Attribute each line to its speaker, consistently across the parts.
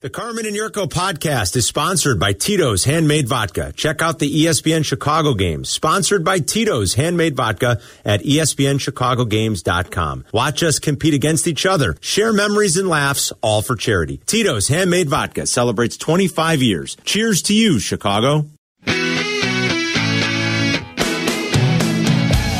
Speaker 1: The Carmen and Yurko podcast is sponsored by Tito's Handmade Vodka. Check out the E ESPN Chicago games, sponsored by Tito's Handmade Vodka at E ESPNChicagoGames.com. Watch us compete against each other, share memories and laughs, all for charity. Tito's Handmade Vodka celebrates 25 years. Cheers to you, Chicago.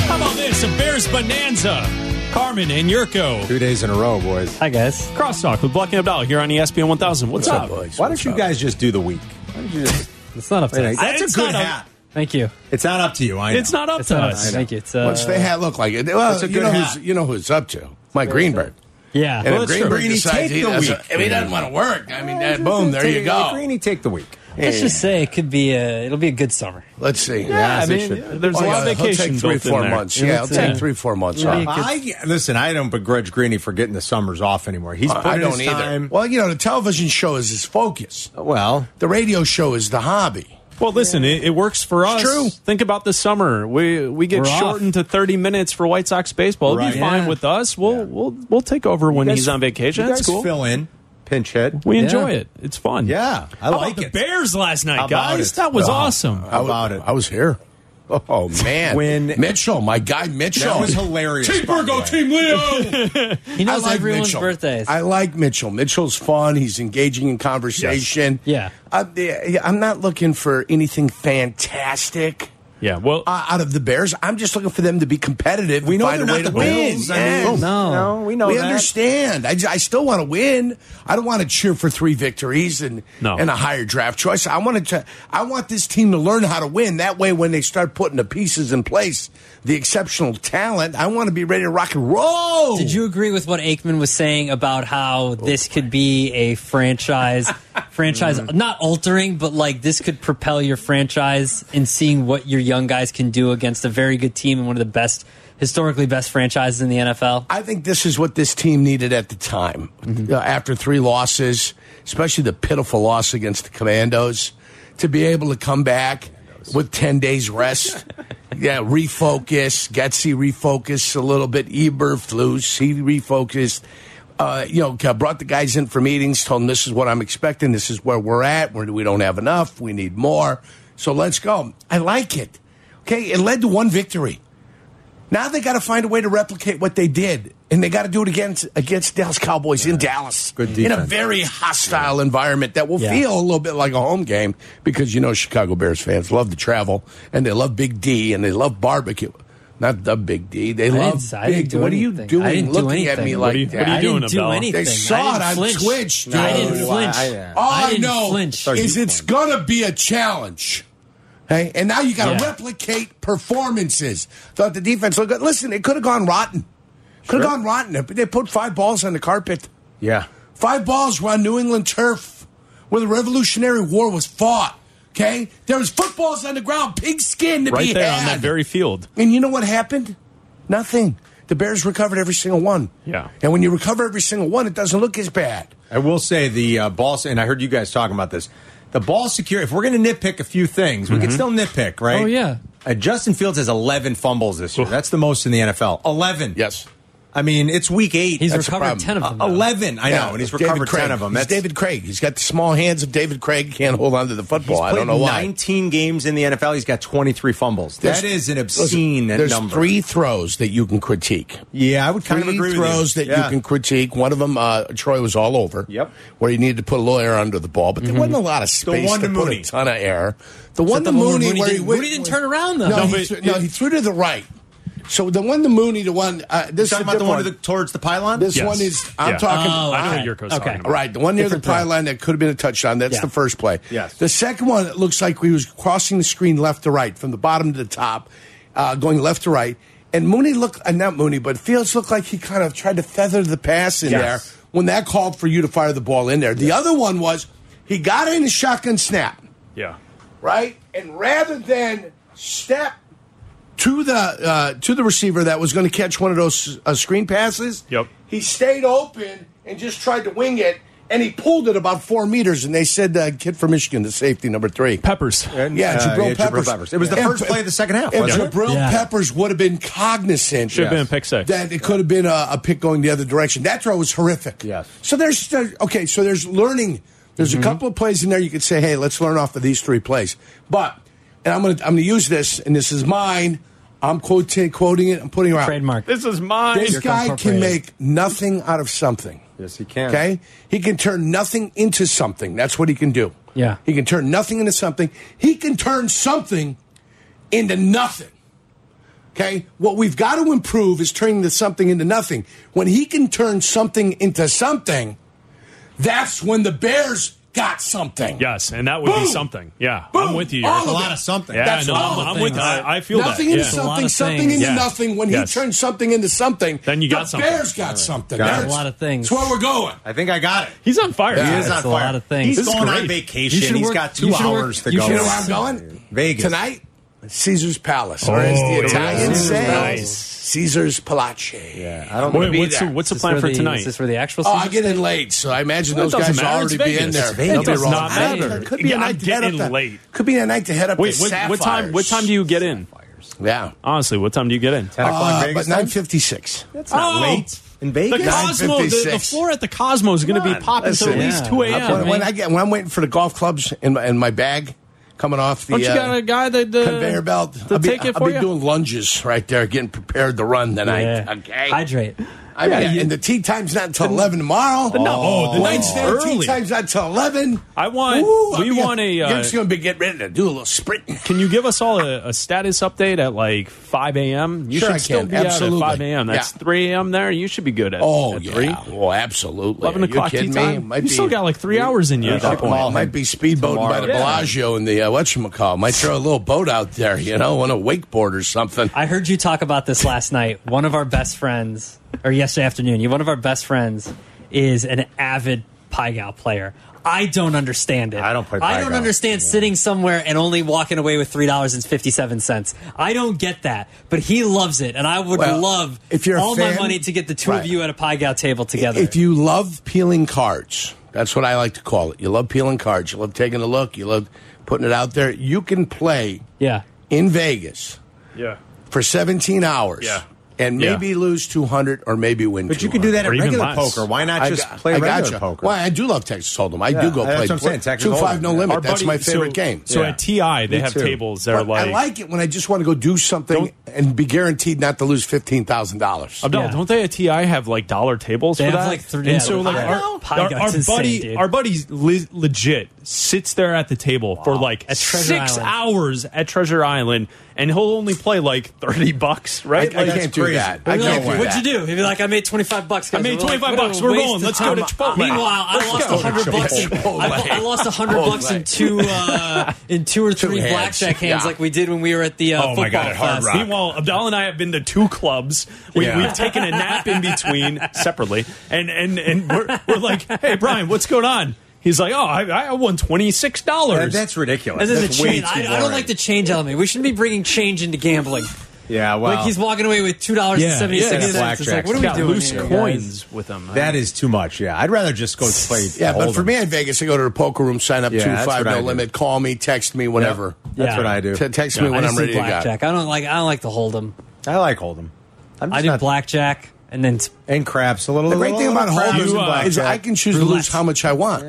Speaker 2: How about this? A Bears bonanza. Carmen and Yurko.
Speaker 3: Two days in a row, boys.
Speaker 4: Hi, guys.
Speaker 2: Crosstalk with Black and Abdallah here on E ESPN 1000. What's, up?
Speaker 3: Why don't you guys just do the week? Why don't you just,
Speaker 4: It's not up to us.
Speaker 3: that's
Speaker 2: It's
Speaker 3: a good
Speaker 2: not a-
Speaker 3: hat.
Speaker 4: Thank you.
Speaker 3: it's not up to you. I know.
Speaker 2: It's not up
Speaker 4: It's
Speaker 2: to
Speaker 4: not up to
Speaker 2: us.
Speaker 4: us. Thank you. It's, uh,
Speaker 5: What's the hat look like? Well,
Speaker 3: That's a
Speaker 5: you
Speaker 3: good
Speaker 5: know
Speaker 3: hat.
Speaker 5: who's you know who's up to Mike Greenberg.
Speaker 4: Yeah.
Speaker 5: And
Speaker 2: Well,
Speaker 5: if
Speaker 2: that's true.
Speaker 5: Greenberg
Speaker 3: Greeny,
Speaker 5: decides
Speaker 3: take
Speaker 5: he
Speaker 3: the
Speaker 5: doesn't,
Speaker 3: week.
Speaker 5: if he doesn't want to work, I mean, that,
Speaker 3: Just
Speaker 5: boom, there
Speaker 3: take
Speaker 5: you
Speaker 3: it.
Speaker 5: go.
Speaker 3: Greeny, take the week.
Speaker 4: Let's just say it could be a. It'll be a good summer.
Speaker 5: Let's see.
Speaker 2: Yeah, I
Speaker 5: they
Speaker 2: mean,
Speaker 5: should.
Speaker 2: yeah, there's a lot of
Speaker 5: he'll Oh, take
Speaker 2: vacation
Speaker 5: three,
Speaker 2: built in
Speaker 5: four
Speaker 2: there.
Speaker 5: months.
Speaker 4: Yeah,
Speaker 5: Yeah, I'll
Speaker 4: that's
Speaker 5: take
Speaker 4: it.
Speaker 5: three, four months
Speaker 4: It'll be-
Speaker 5: off.
Speaker 3: I listen. I don't begrudge Greeny for getting the summers off anymore. He's putting
Speaker 5: I don't
Speaker 3: his
Speaker 5: either.
Speaker 3: time.
Speaker 5: Well, you know, the television show is his focus.
Speaker 3: Well,
Speaker 5: The radio show is the hobby.
Speaker 2: Well, listen, it, it works for us.
Speaker 5: true.
Speaker 2: Think about the summer. We we get
Speaker 4: We're off.
Speaker 2: shortened to 30 minutes for White Sox baseball. It'll
Speaker 3: Right.
Speaker 2: be fine
Speaker 4: Yeah.
Speaker 2: with us. We'll we'll we'll take over when
Speaker 3: you
Speaker 2: he's
Speaker 3: guys-
Speaker 2: on vacation.
Speaker 3: you
Speaker 2: That's
Speaker 3: guys
Speaker 2: cool.
Speaker 3: Fill in, pinch hit.
Speaker 2: we enjoy
Speaker 4: Yeah.
Speaker 2: it. It's fun.
Speaker 3: Yeah, I
Speaker 2: How
Speaker 3: like
Speaker 2: about
Speaker 3: it.
Speaker 2: the Bears last night,
Speaker 3: How about
Speaker 2: guys?
Speaker 3: it?
Speaker 2: That was
Speaker 3: Wow.
Speaker 2: awesome.
Speaker 3: How about it?
Speaker 5: I was here. Oh man,
Speaker 3: When-
Speaker 5: Mitchell, my guy Mitchell,
Speaker 3: That was hilarious,
Speaker 5: Team
Speaker 3: by the
Speaker 5: Virgo,
Speaker 3: way.
Speaker 5: Team Leo.
Speaker 4: He knows everyone's birthdays.
Speaker 5: I like Mitchell. Mitchell's fun. He's engaging in conversation.
Speaker 4: Yes.
Speaker 5: Uh, yeah, I'm not looking for anything fantastic
Speaker 2: Yeah. Well,
Speaker 5: uh, out of the Bears. I'm just looking for them to be competitive.
Speaker 3: We
Speaker 5: and
Speaker 3: know
Speaker 5: find
Speaker 3: they're
Speaker 5: a way
Speaker 3: not the
Speaker 5: to win.
Speaker 3: Bills. I mean,
Speaker 5: Yes.
Speaker 4: No.
Speaker 3: we know
Speaker 5: we
Speaker 3: that.
Speaker 5: understand. I, ju- I still want to win. I don't want to cheer for three victories and
Speaker 2: No.
Speaker 5: and a higher draft choice. I want to. I want this team to learn how to win. That way, when they start putting the pieces in place, the exceptional talent, I want to be ready to rock and roll.
Speaker 4: Did you agree with what Aikman was saying about
Speaker 3: Oh,
Speaker 4: how this could be a franchise, franchise
Speaker 3: Mm.
Speaker 4: not altering, but like this could propel your franchise in seeing what your young guys can do against a very good team and one of the best, historically best franchises in the NFL?
Speaker 5: I think this is what this team needed at the time. Uh, after three losses, especially the pitiful loss against the Commandos, to be able to come back with 10 days rest. yeah, refocus. Getsy refocused a little bit. Eberflus, he refocused. Uh, you know, uh, brought the guys in for meetings, told them this is what I'm expecting. This is where we're at. We're, we don't have enough. We need more. So let's go. I like it. Okay, it led to one victory. Now they got to find a way to replicate what they did, and they got to do it against against Dallas Cowboys in Dallas,
Speaker 3: Good
Speaker 5: in a
Speaker 3: defense.
Speaker 5: very hostile environment that will
Speaker 4: Yeah.
Speaker 5: feel a little bit like a home game because you know Chicago Bears fans love to travel and they love Big D and they love barbecue. Not the Big D. They love
Speaker 4: didn't- I
Speaker 5: Big.
Speaker 4: didn't do
Speaker 5: what are you
Speaker 4: anything.
Speaker 5: doing?
Speaker 4: I didn't do
Speaker 5: looking at
Speaker 4: anything.
Speaker 5: me
Speaker 4: What
Speaker 5: like
Speaker 2: do you-
Speaker 5: that?
Speaker 2: what do you
Speaker 4: I
Speaker 2: do? doing,
Speaker 4: didn't do
Speaker 2: Abdallah? They
Speaker 4: anything.
Speaker 5: They saw it
Speaker 4: I
Speaker 5: on
Speaker 4: didn't flinch.
Speaker 5: Twitch.
Speaker 4: I didn't
Speaker 5: dude.
Speaker 4: flinch.
Speaker 3: I- I-
Speaker 5: All I,
Speaker 4: didn't
Speaker 5: know
Speaker 4: flinch.
Speaker 5: Oh, is it's going to be a challenge. Hey, and now you got to
Speaker 4: Yeah.
Speaker 5: replicate performances. Thought the defense looked good. Listen, it could have gone rotten. Could have gone rotten. But they put five balls on the carpet.
Speaker 3: Yeah.
Speaker 5: Five balls were on New England turf where the Revolutionary War was fought. Okay? There was footballs on the ground, pig skin to be
Speaker 2: right there on
Speaker 5: had.
Speaker 2: that very field.
Speaker 5: And you know what happened? Nothing. The Bears recovered every single one.
Speaker 2: Yeah.
Speaker 5: And when you recover every single one, it doesn't look as bad.
Speaker 3: I will say the uh, ball, and I heard you guys talking about this. The ball security. If we're going to nitpick a few things,
Speaker 5: Mm-hmm.
Speaker 3: we can still nitpick, right?
Speaker 4: Oh, yeah.
Speaker 3: Uh, Justin Fields has 11 fumbles this year. That's the most in the NFL. 11.
Speaker 5: Yes.
Speaker 3: I mean, it's week eight.
Speaker 4: He's
Speaker 3: That's-
Speaker 4: recovered
Speaker 5: problem.
Speaker 4: ten of them.
Speaker 3: uh,
Speaker 4: though.
Speaker 3: 11. I know,
Speaker 5: Yeah,
Speaker 3: and he's
Speaker 5: David
Speaker 3: recovered
Speaker 5: Craig.
Speaker 3: 10 of them.
Speaker 5: He's
Speaker 3: That's
Speaker 5: David Craig. He's got the small hands of David Craig. Can't hold on to the football. I don't
Speaker 3: played
Speaker 5: know why.
Speaker 3: 19 games in the NFL. He's got 23 fumbles.
Speaker 5: There's-
Speaker 3: that is an
Speaker 5: listen,
Speaker 3: obscene
Speaker 5: there's
Speaker 3: number.
Speaker 5: three throws that you can critique.
Speaker 3: yeah, I would kind of
Speaker 5: three
Speaker 3: agree
Speaker 5: throws
Speaker 3: with
Speaker 5: that
Speaker 3: you. Yeah.
Speaker 5: you can critique. One of them, uh, Troy was all over.
Speaker 3: Yep. Mm-hmm.
Speaker 5: Where you needed to put a little air under the ball, but there wasn't a lot of space
Speaker 3: one
Speaker 5: to,
Speaker 3: to
Speaker 5: put
Speaker 3: Mooney.
Speaker 5: a ton of air. The one
Speaker 4: the
Speaker 5: to
Speaker 4: one where
Speaker 5: Mooney,
Speaker 4: Mooney
Speaker 5: where he
Speaker 4: didn't-
Speaker 5: went-
Speaker 4: Mooney didn't turn around, though.
Speaker 5: No,
Speaker 4: No,
Speaker 5: he,
Speaker 2: but-
Speaker 5: threw, no, he threw to the right. So the one to Mooney, the one uh, this
Speaker 3: Talking
Speaker 5: is
Speaker 3: about the one to
Speaker 5: different.
Speaker 3: the, towards the pylon?
Speaker 5: This
Speaker 2: Yes.
Speaker 5: one is. I'm
Speaker 2: Yeah.
Speaker 5: talking.
Speaker 4: Oh,
Speaker 2: I know
Speaker 4: okay.
Speaker 2: what Yurko's
Speaker 4: Okay.
Speaker 2: talking about.
Speaker 5: Right, the one near
Speaker 4: Different
Speaker 5: the pie
Speaker 4: play.
Speaker 5: line that could have been a touchdown. That's
Speaker 4: Yeah.
Speaker 5: the first play.
Speaker 3: Yes.
Speaker 5: The second one it looks like we was crossing the screen left to right, from the bottom to the top, uh, going left to right. And Mooney looked, uh, not Mooney, but Fields looked like he kind of tried to feather the pass in
Speaker 3: Yes.
Speaker 5: there when that called for you to fire the ball in there. The other one was he got in a shotgun snap
Speaker 2: Yeah.
Speaker 5: right? And rather than step to the uh, to the receiver that was going to catch one of those uh, screen passes,
Speaker 2: Yep.
Speaker 5: he stayed open and just tried to wing it, and he pulled it about four meters. And they said, uh, "Kid from Michigan, the safety number three.
Speaker 2: Peppers.
Speaker 3: And,
Speaker 5: Yeah,
Speaker 3: uh,
Speaker 5: Jabril,
Speaker 3: yeah, Jabril
Speaker 5: Peppers.
Speaker 3: Peppers. It was the
Speaker 5: And
Speaker 3: first
Speaker 5: Pe-
Speaker 3: play of the second half,
Speaker 5: If
Speaker 3: wasn't it?
Speaker 5: Jabril
Speaker 4: Yeah.
Speaker 5: Peppers would have been cognizant,
Speaker 2: Should have
Speaker 3: Yes.
Speaker 2: been a pick six.
Speaker 5: that it could have been a, a pick going the other direction. That throw was horrific.
Speaker 3: Yes. Mm-hmm.
Speaker 5: So there's there- okay. So there's learning There's a couple of plays in there you could say, hey, let's learn off of these three plays. But, and I'm going to I'm gonna use this, and this is mine. I'm quoting, quoting it, I'm putting it out.
Speaker 4: Trademark.
Speaker 2: This is mine.
Speaker 5: This guy can
Speaker 4: corporated.
Speaker 5: make nothing out of something.
Speaker 3: Yes, he can.
Speaker 5: Okay? He can turn nothing into something. That's what he can do.
Speaker 4: Yeah.
Speaker 5: He can turn nothing into something. He can turn something into nothing. Okay? What we've got to improve is turning the something into nothing. When he can turn something into something, that's when the Bears got something.
Speaker 2: Yes, and that would
Speaker 5: Boom.
Speaker 2: be something. Yeah,
Speaker 5: Boom.
Speaker 2: I'm with you.
Speaker 5: All
Speaker 2: Eric.
Speaker 3: a
Speaker 5: of
Speaker 3: lot
Speaker 5: it.
Speaker 3: of something.
Speaker 2: Yeah,
Speaker 5: That's
Speaker 2: no,
Speaker 5: all
Speaker 2: I'm,
Speaker 5: of
Speaker 2: I'm
Speaker 5: it.
Speaker 2: with. I, I feel
Speaker 5: nothing
Speaker 2: that.
Speaker 5: into
Speaker 2: yeah.
Speaker 4: a lot
Speaker 5: something,
Speaker 4: of
Speaker 5: something
Speaker 4: things.
Speaker 5: into
Speaker 2: Yeah.
Speaker 5: nothing. When
Speaker 2: Yes.
Speaker 5: he turns something into something,
Speaker 2: Then you got
Speaker 5: the
Speaker 2: something.
Speaker 5: Bears got something.
Speaker 3: Got it.
Speaker 5: That's
Speaker 4: A lot of things.
Speaker 5: That's where we're going.
Speaker 3: I think I got it.
Speaker 2: He's on fire.
Speaker 5: He is
Speaker 4: It's
Speaker 3: on
Speaker 4: a
Speaker 3: fire.
Speaker 4: lot of things.
Speaker 3: He's
Speaker 4: This is
Speaker 3: going on
Speaker 2: great.
Speaker 3: vacation.
Speaker 4: You should
Speaker 3: He's
Speaker 4: work-
Speaker 3: got two
Speaker 4: you should
Speaker 3: hours
Speaker 4: work-
Speaker 3: to
Speaker 4: you
Speaker 3: go.
Speaker 5: You
Speaker 4: should
Speaker 5: know where
Speaker 4: work-
Speaker 5: I'm going?
Speaker 3: Vegas.
Speaker 5: Tonight, Caesar's Palace. or as
Speaker 2: Oh,
Speaker 5: the Italians
Speaker 2: yeah.
Speaker 5: say,
Speaker 2: Nice.
Speaker 5: Caesar's Palace.
Speaker 3: Yeah, I don't.
Speaker 2: Wait,
Speaker 5: be
Speaker 2: what's the,
Speaker 5: there.
Speaker 2: what's the
Speaker 4: Is this
Speaker 2: plan
Speaker 4: where
Speaker 2: for
Speaker 4: the-
Speaker 2: tonight?
Speaker 4: Is this for the actual
Speaker 5: Oh, I
Speaker 4: season?
Speaker 5: get in late, so I imagine
Speaker 2: Well, it
Speaker 5: those guys
Speaker 2: doesn't
Speaker 5: will
Speaker 2: matter. It's
Speaker 5: already be in
Speaker 2: Vegas.
Speaker 5: there.
Speaker 2: It's Vegas.
Speaker 5: They'll be
Speaker 2: It does
Speaker 5: rolling.
Speaker 2: not matter.
Speaker 5: It Could be a
Speaker 2: Yeah, I'm
Speaker 5: night to head
Speaker 2: getting
Speaker 5: up.
Speaker 2: late.
Speaker 5: Late. Could be a night to head up.
Speaker 2: Wait,
Speaker 5: to
Speaker 2: what, what time? What time do you get in?
Speaker 5: you? Yeah,
Speaker 2: Honestly, what time do you get in?
Speaker 3: Ten o'clock
Speaker 5: uh,
Speaker 3: Vegas.
Speaker 5: but
Speaker 3: time?
Speaker 5: nine fifty six.
Speaker 3: That's not
Speaker 2: Oh!
Speaker 3: late in Vegas.
Speaker 2: The Cosmo, the, the
Speaker 5: 9:56.
Speaker 2: floor at the Cosmo is going to be
Speaker 3: Come on,
Speaker 2: popping until at
Speaker 5: listen.
Speaker 2: least
Speaker 4: Yeah.
Speaker 2: two
Speaker 4: Up
Speaker 5: When,
Speaker 2: a.m.
Speaker 5: when I get when I'm waiting for the golf clubs in my, in my bag, coming off the
Speaker 2: Don't you
Speaker 5: uh,
Speaker 2: got a guy that uh,
Speaker 5: conveyor belt,
Speaker 2: to
Speaker 5: I'll be,
Speaker 2: take it
Speaker 5: I'll
Speaker 2: for
Speaker 5: be
Speaker 2: you?
Speaker 5: doing lunges right there, getting prepared to run tonight.
Speaker 4: Yeah.
Speaker 5: Okay,
Speaker 4: Hydrate.
Speaker 5: I mean, and the tea time's not until eleven tomorrow.
Speaker 2: no- oh, the night's
Speaker 5: Wednesday
Speaker 2: early.
Speaker 5: tea time's not until eleven.
Speaker 2: I want-
Speaker 5: Ooh,
Speaker 2: we
Speaker 5: I'm
Speaker 2: want a,
Speaker 5: Gonna,
Speaker 2: uh,
Speaker 5: I'm just gonna be getting ready to do a little sprinting.
Speaker 2: Can you give us all a, a status update at like 5 a.m.? You
Speaker 5: Sure
Speaker 2: should
Speaker 5: I
Speaker 2: still
Speaker 5: can.
Speaker 2: be out
Speaker 5: Absolutely.
Speaker 2: at 5 a.m. That's
Speaker 5: Yeah.
Speaker 2: 3 a.m. there. You should be good at,
Speaker 5: Oh
Speaker 2: at
Speaker 5: yeah,
Speaker 2: 3.
Speaker 5: well absolutely.
Speaker 2: 11
Speaker 5: Are
Speaker 2: o'clock
Speaker 5: you
Speaker 2: tea
Speaker 5: kidding me?
Speaker 2: time.
Speaker 5: Might
Speaker 2: you still
Speaker 5: be-
Speaker 2: got like three hours in you at that
Speaker 3: should call
Speaker 2: point.
Speaker 5: Well, might be speedboating by
Speaker 3: Tomorrow.
Speaker 5: the
Speaker 3: Yeah.
Speaker 5: Bellagio in the uh, whatchamacallit. Might throw a little boat out there, you know, on a wakeboard or something.
Speaker 4: I heard you talk about this last night. One of our best friends, or yesterday afternoon, you- one of our best friends is an avid Pygal player. I don't understand it.
Speaker 3: I don't play
Speaker 4: I don't
Speaker 3: Pie-Gal.
Speaker 4: understand sitting somewhere and only walking away with three dollars and fifty seven cents. I don't get that, but he loves it, and I would
Speaker 5: Well,
Speaker 4: love
Speaker 5: if you're a
Speaker 4: all my
Speaker 5: fan-
Speaker 4: money to get the two of
Speaker 5: Right.
Speaker 4: you at a Pygal table together.
Speaker 5: If you love peeling cards, that's what I like to call it. You love peeling cards. You love taking a look. You love putting it out there. You can play
Speaker 4: yeah,
Speaker 5: in Vegas
Speaker 2: Yeah.
Speaker 5: for 17 hours
Speaker 2: Yeah.
Speaker 5: and
Speaker 2: Yeah.
Speaker 5: maybe lose 200 or maybe win
Speaker 3: But you could do that at
Speaker 2: Or even
Speaker 3: regular
Speaker 2: less.
Speaker 3: poker. Why not just play regular poker?
Speaker 5: Well, I do love Texas Hold'em. I
Speaker 3: Yeah,
Speaker 5: do go
Speaker 3: that's
Speaker 5: play
Speaker 3: what I'm saying, Texas
Speaker 5: 2 5 no
Speaker 3: Hold'em.
Speaker 5: limit.
Speaker 2: Our
Speaker 5: that's
Speaker 2: buddy-
Speaker 5: my favorite
Speaker 2: so,
Speaker 5: game.
Speaker 2: So
Speaker 3: Yeah.
Speaker 2: at TI, they
Speaker 3: Me
Speaker 2: have
Speaker 3: too.
Speaker 2: tables that are
Speaker 5: But
Speaker 2: like.
Speaker 5: I like it when I just want to go do something
Speaker 2: Don't-
Speaker 5: and be guaranteed not to lose fifteen thousand dollars.
Speaker 2: Abdul,
Speaker 4: Yeah.
Speaker 2: Oh, don't they at TI have like dollar tables
Speaker 4: They
Speaker 2: for
Speaker 4: have,
Speaker 2: that?
Speaker 4: like, three-
Speaker 2: and
Speaker 4: yeah,
Speaker 2: so like
Speaker 4: I
Speaker 2: our,
Speaker 4: know.
Speaker 2: our,
Speaker 4: Pie
Speaker 2: our
Speaker 4: guts insane,
Speaker 2: buddy,
Speaker 4: dude.
Speaker 2: our buddy, le- legit sits there at the table for like
Speaker 4: At Treasure
Speaker 2: six
Speaker 4: Island.
Speaker 2: hours at Treasure Island, and he'll only play like thirty bucks,
Speaker 5: I, I
Speaker 2: right? Like,
Speaker 5: can't do
Speaker 3: crazy.
Speaker 5: that. I
Speaker 4: We're
Speaker 5: can't
Speaker 4: like,
Speaker 5: do
Speaker 4: what'd
Speaker 5: that.
Speaker 4: you do? He'd be like, I made 25 bucks. Guys.
Speaker 2: I made
Speaker 4: We're like,
Speaker 2: 25
Speaker 4: what a
Speaker 2: bucks. We're
Speaker 4: waste
Speaker 2: going.
Speaker 4: of
Speaker 2: Let's
Speaker 4: time.
Speaker 2: go to Chipotle.
Speaker 4: Meanwhile, I
Speaker 2: Let's
Speaker 4: lost
Speaker 2: go to
Speaker 4: 100 bucks. in-
Speaker 5: Chipotle.
Speaker 4: I, I lost 100 bucks in two, uh, in two or three
Speaker 5: hands.
Speaker 4: blackjack hands
Speaker 5: Yeah.
Speaker 4: like we did when we were at the uh,
Speaker 2: Oh
Speaker 4: football
Speaker 2: my god, at Hard
Speaker 4: fest.
Speaker 2: Rock. Meanwhile, Abdal and I have been to two clubs. We,
Speaker 5: Yeah.
Speaker 2: We've taken a nap in between separately, and and and we're, we're like, hey Brian, what's going on? He's like, oh, I, I won twenty six
Speaker 3: Yeah,
Speaker 2: dollars.
Speaker 3: that's ridiculous.
Speaker 4: This is
Speaker 3: That's
Speaker 4: a
Speaker 3: way
Speaker 4: change.
Speaker 3: too
Speaker 4: I, I don't
Speaker 3: boring.
Speaker 4: like the change element. We shouldn't be bringing change into gambling.
Speaker 3: Yeah, well,
Speaker 4: Like he's walking away with two dollars and seventy
Speaker 2: yeah,
Speaker 4: six cents. It's
Speaker 3: blackjack.
Speaker 4: like, what are we
Speaker 2: got
Speaker 4: doing?
Speaker 2: loose
Speaker 4: here, guys?
Speaker 2: coins with him.
Speaker 3: that is too much. Yeah, I'd rather just go play.
Speaker 5: Yeah, but for
Speaker 3: Hold'em.
Speaker 5: me in Vegas, I go to the poker room, sign up
Speaker 3: Yeah,
Speaker 5: two
Speaker 3: that's
Speaker 5: five
Speaker 3: what I
Speaker 5: no
Speaker 3: do.
Speaker 5: limit, call me, text me,
Speaker 3: Yep.
Speaker 5: whatever.
Speaker 3: That's
Speaker 4: Yeah.
Speaker 3: what I do.
Speaker 5: T- text me
Speaker 4: I
Speaker 5: when
Speaker 4: just
Speaker 5: I'm
Speaker 4: do
Speaker 5: ready to go.
Speaker 4: blackjack. I don't like. I don't like to hold them.
Speaker 3: I like Hold'em. I'm
Speaker 4: I
Speaker 3: just
Speaker 4: do
Speaker 3: not-
Speaker 4: blackjack and then
Speaker 3: and craps a little.
Speaker 5: The great thing about
Speaker 2: You,
Speaker 5: holding
Speaker 2: uh,
Speaker 5: is I can choose to
Speaker 4: roulette.
Speaker 5: lose how much I want.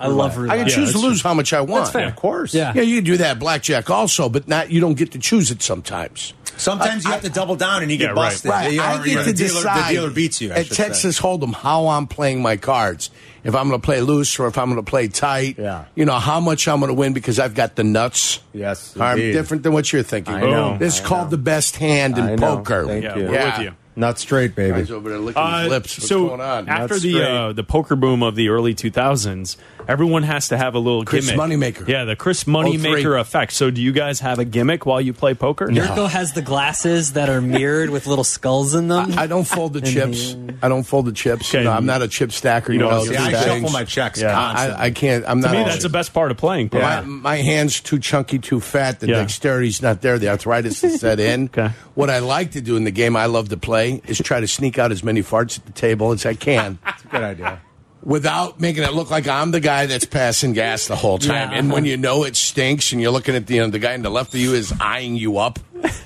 Speaker 4: I love
Speaker 5: I
Speaker 4: roulette.
Speaker 5: can choose to
Speaker 2: that's
Speaker 5: lose how much I want.
Speaker 3: of course.
Speaker 4: Yeah.
Speaker 5: Yeah, you can do that at blackjack also, but not you don't get to choose it sometimes.
Speaker 3: Sometimes you have to double down and you
Speaker 2: Yeah,
Speaker 3: get
Speaker 2: right.
Speaker 3: busted.
Speaker 5: Right,
Speaker 3: You
Speaker 5: I
Speaker 3: are-
Speaker 5: get
Speaker 3: the
Speaker 5: to
Speaker 3: dealer,
Speaker 5: decide
Speaker 3: The dealer beats you I
Speaker 5: at
Speaker 3: should say.
Speaker 5: Texas Hold'em how I'm playing my cards. If I'm going to play loose or if I'm going to play tight.
Speaker 3: Yeah.
Speaker 5: You know how much I'm going to win because I've got the nuts.
Speaker 3: Yes,
Speaker 5: I'm
Speaker 3: indeed.
Speaker 5: different than what you're thinking.
Speaker 3: I know,
Speaker 5: This is
Speaker 3: I
Speaker 5: called
Speaker 3: know.
Speaker 5: the best hand in
Speaker 3: I know.
Speaker 5: poker.
Speaker 3: Thank
Speaker 2: Yeah,
Speaker 3: you.
Speaker 2: we're
Speaker 5: Yeah.
Speaker 2: with you.
Speaker 3: Not straight, baby.
Speaker 5: Guys over there licking
Speaker 2: Uh,
Speaker 5: his lips. What's
Speaker 2: so
Speaker 5: going on?
Speaker 2: after
Speaker 3: That's
Speaker 2: the
Speaker 3: great.
Speaker 2: uh, the poker boom of the early 2000s, everyone has to have a little
Speaker 5: Chris
Speaker 2: gimmick.
Speaker 5: Moneymaker.
Speaker 2: Yeah, the Chris Moneymaker
Speaker 5: 03.
Speaker 2: effect. So do you guys have a gimmick while you play poker?
Speaker 4: Yurko has the glasses that are mirrored with little skulls in them.
Speaker 5: I don't fold the chips. I don't fold the chips.
Speaker 2: Okay.
Speaker 5: No, I'm not a chip stacker. You,
Speaker 2: don't
Speaker 5: know,
Speaker 2: see,
Speaker 5: those
Speaker 3: Yeah, I shuffle
Speaker 5: things.
Speaker 3: my checks
Speaker 2: Yeah.
Speaker 3: constantly.
Speaker 5: I, I can't. I'm
Speaker 2: To
Speaker 5: not.
Speaker 2: me,
Speaker 5: a-
Speaker 2: that's the best part of playing poker.
Speaker 5: My, my hands too chunky, too fat. The
Speaker 2: Yeah.
Speaker 5: dexterity's not there. The arthritis is set in.
Speaker 2: Okay.
Speaker 5: What I like to do in the game I love to play is try to sneak out as many farts at the table as I can
Speaker 3: Good idea.
Speaker 5: without making it look like I'm the guy that's passing gas the whole time.
Speaker 4: Yeah.
Speaker 5: And when you know it stinks and you're looking at the, you know, the guy on the left of you is eyeing you up,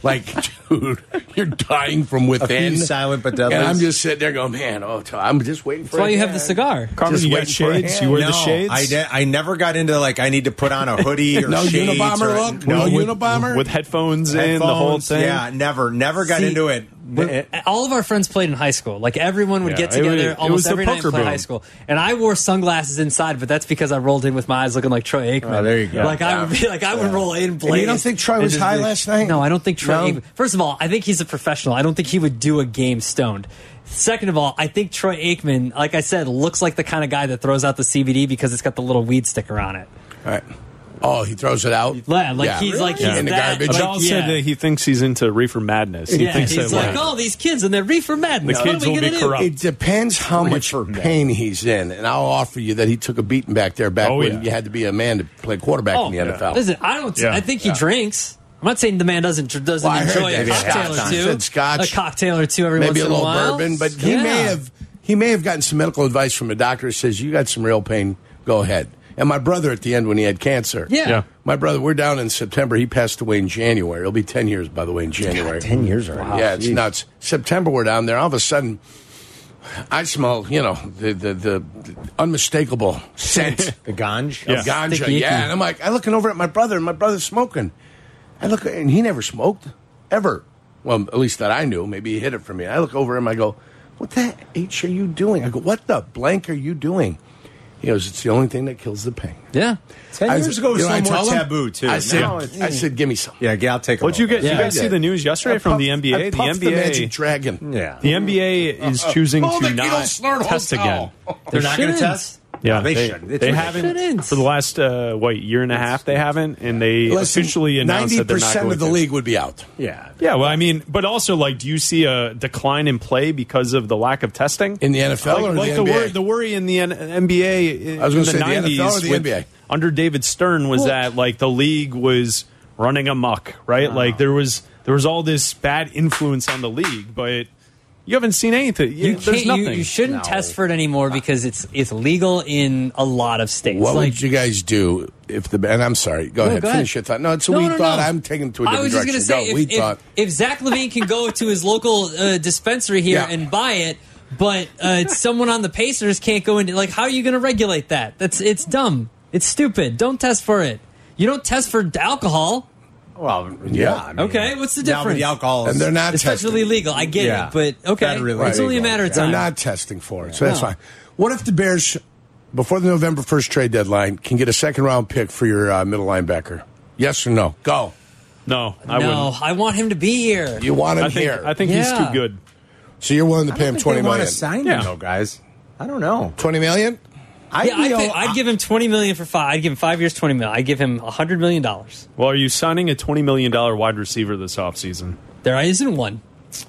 Speaker 5: Like, dude, you're dying from within.
Speaker 3: silent but
Speaker 5: and
Speaker 3: deadly.
Speaker 5: I'm just sitting there going, man, oh, t- I'm just waiting for.
Speaker 4: That's why
Speaker 5: it
Speaker 4: you have
Speaker 5: to
Speaker 4: the
Speaker 5: end."
Speaker 4: cigar.
Speaker 2: Carmen,
Speaker 5: Just
Speaker 2: you got
Speaker 5: waiting for a
Speaker 2: shades? You
Speaker 5: hand.
Speaker 2: wear
Speaker 3: no,
Speaker 2: the shades?
Speaker 3: I, de- I never got into like I need to put on a hoodie or
Speaker 5: No
Speaker 3: shades
Speaker 5: Unabomber
Speaker 3: or-
Speaker 5: look? No
Speaker 2: with,
Speaker 5: Unabomber?
Speaker 2: with headphones, in the whole
Speaker 3: Headphones,
Speaker 2: thing.
Speaker 3: Yeah, never, never got
Speaker 4: See,
Speaker 3: into it.
Speaker 4: We're- All of our friends played in high school. Like everyone would
Speaker 2: Yeah,
Speaker 4: get
Speaker 2: it was-
Speaker 4: together
Speaker 2: it was
Speaker 4: almost
Speaker 2: the
Speaker 4: every night
Speaker 2: poker
Speaker 4: and play
Speaker 2: boom.
Speaker 4: high school. And I wore sunglasses inside, but that's because I rolled in with my eyes looking like Troy Aikman.
Speaker 3: Oh, there you go.
Speaker 4: Like I would be like I would roll in. Blaze.
Speaker 5: don't think Troy was
Speaker 4: And just
Speaker 5: high
Speaker 4: be-
Speaker 5: last night?
Speaker 4: No, I don't think Troy.
Speaker 5: No?
Speaker 4: Aikman- First of all, I think he's a professional. I don't think he would do a game stoned. Second of all, I think Troy Aikman, like I said, looks like the kind of guy that throws out the CBD because it's got the little weed sticker on it.
Speaker 5: All right. Oh, he throws it out.
Speaker 4: Yeah, like he's like he's
Speaker 5: in the
Speaker 4: that,
Speaker 5: garbage.
Speaker 4: like,
Speaker 2: Adal said
Speaker 4: yeah.
Speaker 2: that he thinks he's into reefer madness. He
Speaker 4: Yeah,
Speaker 2: thinks
Speaker 4: he's
Speaker 2: that,
Speaker 4: like, oh, these kids and they're reefer madness.
Speaker 2: The
Speaker 4: what
Speaker 2: kids
Speaker 4: are we
Speaker 2: will be
Speaker 4: gonna do?
Speaker 2: corrupt.
Speaker 5: It depends how much pain he's in, and I'll offer you that he took a beating back there back
Speaker 2: Oh,
Speaker 5: when
Speaker 2: yeah.
Speaker 5: you had to be a man to play quarterback in the
Speaker 4: Oh, yeah.
Speaker 5: NFL.
Speaker 4: Listen, I don't.
Speaker 2: Yeah.
Speaker 4: I think he drinks. I'm not saying the man doesn't dr- doesn't
Speaker 5: Well, I heard
Speaker 4: enjoy a
Speaker 5: that he had
Speaker 4: cocktail
Speaker 5: scotch.
Speaker 4: or
Speaker 5: He
Speaker 4: two.
Speaker 5: said scotch.
Speaker 4: a cocktail or two every
Speaker 5: Maybe a
Speaker 4: once in a
Speaker 5: little
Speaker 4: while.
Speaker 5: bourbon, but he
Speaker 4: Yeah.
Speaker 5: may have he may have gotten some medical advice from a doctor who says you got some real pain. Go ahead. And my brother at the end when he had cancer.
Speaker 4: Yeah.
Speaker 2: Yeah.
Speaker 5: My brother, we're down in September. He passed away in January. It'll be 10 years, by the way, in January.
Speaker 3: 10 years already. Wow,
Speaker 5: yeah, it's
Speaker 3: geez.
Speaker 5: nuts. September, we're down there. All of a sudden, I smell, you know, the, the, the unmistakable scent
Speaker 3: the ganj.
Speaker 2: Yeah.
Speaker 5: of ganja.
Speaker 4: Sticky icky.
Speaker 5: yeah, and I'm like, I'm looking over at my brother, and my brother's smoking. I look, and he never smoked ever. Well, at least that I knew. Maybe he hid it from me. I look over at him. I go, "What the h are you doing?" I go, "What the blank are you doing?" He goes, "It's the only thing that kills the pain."
Speaker 4: Yeah.
Speaker 3: Ten
Speaker 5: I-
Speaker 3: years ago was
Speaker 5: you know what I
Speaker 3: so
Speaker 5: told
Speaker 3: more
Speaker 5: him?
Speaker 3: taboo too.
Speaker 5: I said,
Speaker 3: Now it's-
Speaker 5: "I said, give me some."
Speaker 3: yeah, yeah, I'll take. a
Speaker 2: What'd you
Speaker 3: little
Speaker 2: get?
Speaker 3: bit.
Speaker 2: You guys see the news yesterday
Speaker 5: I
Speaker 2: from the
Speaker 5: puffed- I
Speaker 2: NBA? The
Speaker 5: puffed Magic
Speaker 2: NBA,
Speaker 5: Dragon.
Speaker 3: Yeah.
Speaker 2: the NBA is choosing
Speaker 5: Oh,
Speaker 2: to
Speaker 5: the
Speaker 2: not
Speaker 5: Eagles learned
Speaker 2: test
Speaker 5: hotel.
Speaker 2: again.
Speaker 4: They're
Speaker 3: not going to test.
Speaker 2: Yeah,
Speaker 3: they,
Speaker 2: they,
Speaker 3: shouldn't.
Speaker 2: they
Speaker 3: It's ridiculous.
Speaker 2: haven't
Speaker 4: Shouldn't.
Speaker 2: for the last uh, what year and a half. They haven't, and they
Speaker 5: Listen,
Speaker 2: officially announced that they're
Speaker 5: 90%
Speaker 2: not going
Speaker 5: of the
Speaker 2: to.
Speaker 5: league would be out.
Speaker 3: Yeah.
Speaker 2: Yeah, well, I mean, but also, like, do you see a decline in play because of the lack of testing
Speaker 5: In the NFL or
Speaker 2: Like,
Speaker 5: in the
Speaker 2: like the,
Speaker 5: NBA?
Speaker 2: worry, the worry in the N- NBA.
Speaker 5: I was
Speaker 2: in
Speaker 5: gonna
Speaker 2: the
Speaker 5: say the NFL or
Speaker 2: 90s
Speaker 5: the
Speaker 2: with-
Speaker 5: NBA?
Speaker 2: under David Stern was that like the league was running amok, right? Like there was there was all this bad influence on the league, but you haven't seen anything. You
Speaker 4: You
Speaker 2: There's
Speaker 4: can't. You,
Speaker 2: nothing.
Speaker 4: you shouldn't test for it anymore because it's it's legal in a lot of states.
Speaker 5: What
Speaker 4: like,
Speaker 5: would you guys do if the and I'm sorry, go
Speaker 4: No,
Speaker 5: ahead,
Speaker 4: go ahead.
Speaker 5: finish your thought. No, it's a
Speaker 4: No,
Speaker 5: we
Speaker 4: no,
Speaker 5: thought.
Speaker 4: no.
Speaker 5: I'm taking it to a
Speaker 4: I
Speaker 5: different
Speaker 4: was just
Speaker 5: direction.
Speaker 4: going to say,
Speaker 5: go,
Speaker 4: if,
Speaker 5: we
Speaker 4: if-
Speaker 5: thought.
Speaker 4: if Zach Levine can go to his local uh, dispensary here
Speaker 5: Yeah.
Speaker 4: and buy it, but uh, someone on the Pacers can't go into like, how are you going to regulate that? That's it's dumb. It's stupid. Don't test for it. You don't test for alcohol,
Speaker 3: Well, yeah.
Speaker 5: Yeah.
Speaker 3: I mean,
Speaker 4: Okay, what's the
Speaker 3: now with
Speaker 4: difference?
Speaker 3: the alcohol,
Speaker 5: And they're not
Speaker 4: especially
Speaker 5: testing.
Speaker 4: legal. I get
Speaker 3: Yeah.
Speaker 4: it, but okay,
Speaker 3: Federally
Speaker 4: it's only a
Speaker 3: legal.
Speaker 4: matter of
Speaker 5: They're
Speaker 4: time.
Speaker 5: not testing for it, so that's
Speaker 4: No.
Speaker 5: fine. What if the Bears, before the November first trade deadline, can get a second round pick for your uh, middle linebacker? Yes or no? Go.
Speaker 2: no, I
Speaker 4: no,
Speaker 2: wouldn't.
Speaker 4: I want him to be here.
Speaker 5: You want him
Speaker 2: I think
Speaker 5: here,
Speaker 2: I think he's
Speaker 4: Yeah.
Speaker 2: too good.
Speaker 5: so you're willing to
Speaker 3: I
Speaker 5: pay him
Speaker 3: think
Speaker 5: twenty
Speaker 3: they want
Speaker 5: million.
Speaker 3: to sign
Speaker 2: Yeah.
Speaker 3: him though, guys. I don't know.
Speaker 5: Twenty million?
Speaker 3: I,
Speaker 4: yeah, I'd,
Speaker 3: you know,
Speaker 4: pay- I'd give him twenty million for five. I'd give him five years, twenty million. I'd give him hundred million dollars.
Speaker 2: Well, are you signing a twenty million dollar wide receiver this offseason?
Speaker 4: There isn't one.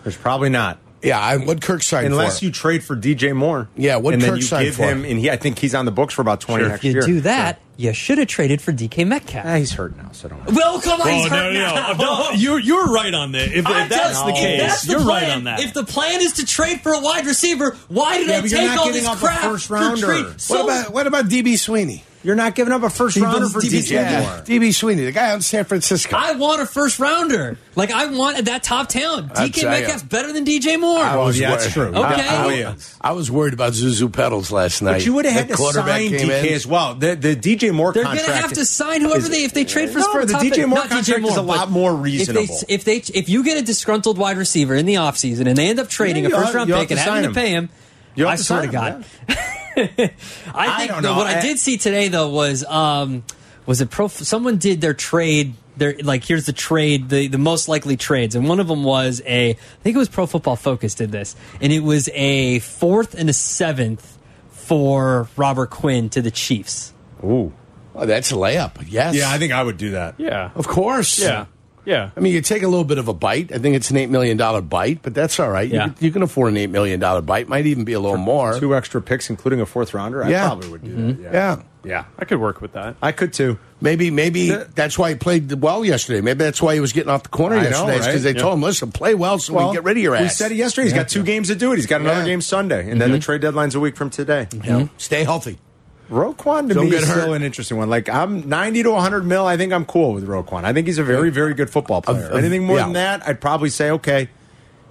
Speaker 3: There's probably not.
Speaker 5: Yeah, I, what Kirk signed
Speaker 3: Unless
Speaker 5: for.
Speaker 3: you trade for DJ Moore.
Speaker 5: Yeah, what'd
Speaker 3: and
Speaker 5: Kirk
Speaker 3: then you
Speaker 5: sign
Speaker 3: give
Speaker 5: for?
Speaker 3: him, and he, I think he's on the books for about twenty
Speaker 2: Sure.
Speaker 3: next
Speaker 4: You
Speaker 3: year.
Speaker 4: do that, you should have traded for DK Metcalf.
Speaker 3: Ah, he's hurt now, so don't. worry.
Speaker 4: Well, come
Speaker 2: Oh,
Speaker 4: on, he's hurt now. Oh,
Speaker 2: Abdul, you're you're right on that. If, if
Speaker 4: I'm
Speaker 2: that's
Speaker 4: telling
Speaker 2: the
Speaker 4: you,
Speaker 2: case,
Speaker 4: that's the
Speaker 2: you're right
Speaker 4: plan.
Speaker 2: on that.
Speaker 4: If the plan is to trade for a wide receiver, why did
Speaker 3: Yeah,
Speaker 4: I
Speaker 3: but you're
Speaker 4: take
Speaker 3: not
Speaker 4: all
Speaker 3: giving
Speaker 4: this
Speaker 3: up a
Speaker 4: crap
Speaker 3: first
Speaker 4: for
Speaker 3: rounder.
Speaker 4: trade?
Speaker 3: What
Speaker 5: what
Speaker 4: So
Speaker 5: about what about DB Sweeney?
Speaker 3: You're not giving up a first rounder for DJ Moore.
Speaker 5: DB Sweeney, the guy out in San Francisco.
Speaker 4: I want a first rounder. Like I want that top talent.
Speaker 5: I'll
Speaker 4: DK
Speaker 5: tell ya.
Speaker 4: Metcalf's better than DJ Moore.
Speaker 5: I was
Speaker 3: yeah, that's
Speaker 5: worried.
Speaker 3: true.
Speaker 4: Okay.
Speaker 5: I- I-
Speaker 3: Williams.
Speaker 5: I was worried about Zuzu Pedals last night.
Speaker 3: But you would have had
Speaker 5: That
Speaker 3: to sign DK
Speaker 5: came in.
Speaker 3: as well. The the DJ Moore
Speaker 4: They're going
Speaker 3: contract.
Speaker 4: to have to sign whoever
Speaker 3: is-
Speaker 4: they if they trade for
Speaker 3: No,
Speaker 4: for a
Speaker 3: the
Speaker 4: top
Speaker 3: DJ
Speaker 4: pick.
Speaker 3: Moore
Speaker 4: Not DJ
Speaker 3: contract
Speaker 4: Moore
Speaker 3: is a
Speaker 4: but
Speaker 3: lot more reasonable.
Speaker 4: If they, if they if you get a disgruntled wide receiver in the offseason and they end up trading
Speaker 3: Yeah,
Speaker 4: a
Speaker 3: you'll
Speaker 4: first
Speaker 3: have-
Speaker 4: round
Speaker 3: you'll
Speaker 4: pick
Speaker 3: have
Speaker 4: and
Speaker 3: to
Speaker 4: having to
Speaker 3: sign him.
Speaker 4: pay him,
Speaker 3: You'll have
Speaker 4: I
Speaker 3: to
Speaker 4: swear to
Speaker 3: sign him,
Speaker 4: God. I think
Speaker 3: don't
Speaker 4: that
Speaker 3: know.
Speaker 4: what I
Speaker 3: I-
Speaker 4: did see today though was um, was it pro? Someone did their trade. Their like here's the trade, the the most likely trades, and one of them was a I think it was Pro Football Focus did this, and it was a fourth and a seventh for Robert Quinn to the Chiefs.
Speaker 5: Oh, that's a layup. Yes.
Speaker 3: Yeah, I think I would do that.
Speaker 2: yeah,
Speaker 5: Of course.
Speaker 2: yeah, yeah.
Speaker 5: I mean, you take a little bit of a bite. I think it's an eight million dollar bite, but that's all right. You
Speaker 4: Yeah.
Speaker 5: can- You, can afford an eight million dollar bite. Might even be a little more.
Speaker 3: Two extra picks, including a fourth rounder. I
Speaker 5: Yeah.
Speaker 3: probably would do
Speaker 4: Mm-hmm.
Speaker 3: that.
Speaker 5: yeah.
Speaker 3: yeah,
Speaker 2: I could work with that.
Speaker 3: I could too.
Speaker 5: Maybe, maybe
Speaker 3: The-
Speaker 5: that's why he played well yesterday. Maybe that's why he was getting off the corner
Speaker 3: I know,
Speaker 5: yesterday because
Speaker 3: right?
Speaker 5: they
Speaker 3: Yeah.
Speaker 5: told him, "Listen, play well, so we can get rid of your ass."
Speaker 3: We said it yesterday. He's got two games to do it. He's got another
Speaker 5: Yeah.
Speaker 4: Mm-hmm.
Speaker 3: game Sunday, and then the trade deadline's a week from today.
Speaker 5: You know, Stay healthy.
Speaker 3: Roquan to
Speaker 5: Don't
Speaker 3: me
Speaker 5: get
Speaker 3: is
Speaker 5: hurt.
Speaker 3: still an interesting one. Like I'm 90 to 100 mil. I think I'm cool with Roquan. I think he's a very, very good football player.
Speaker 5: of-
Speaker 3: Anything more
Speaker 5: yeah.
Speaker 3: than that, I'd probably say okay.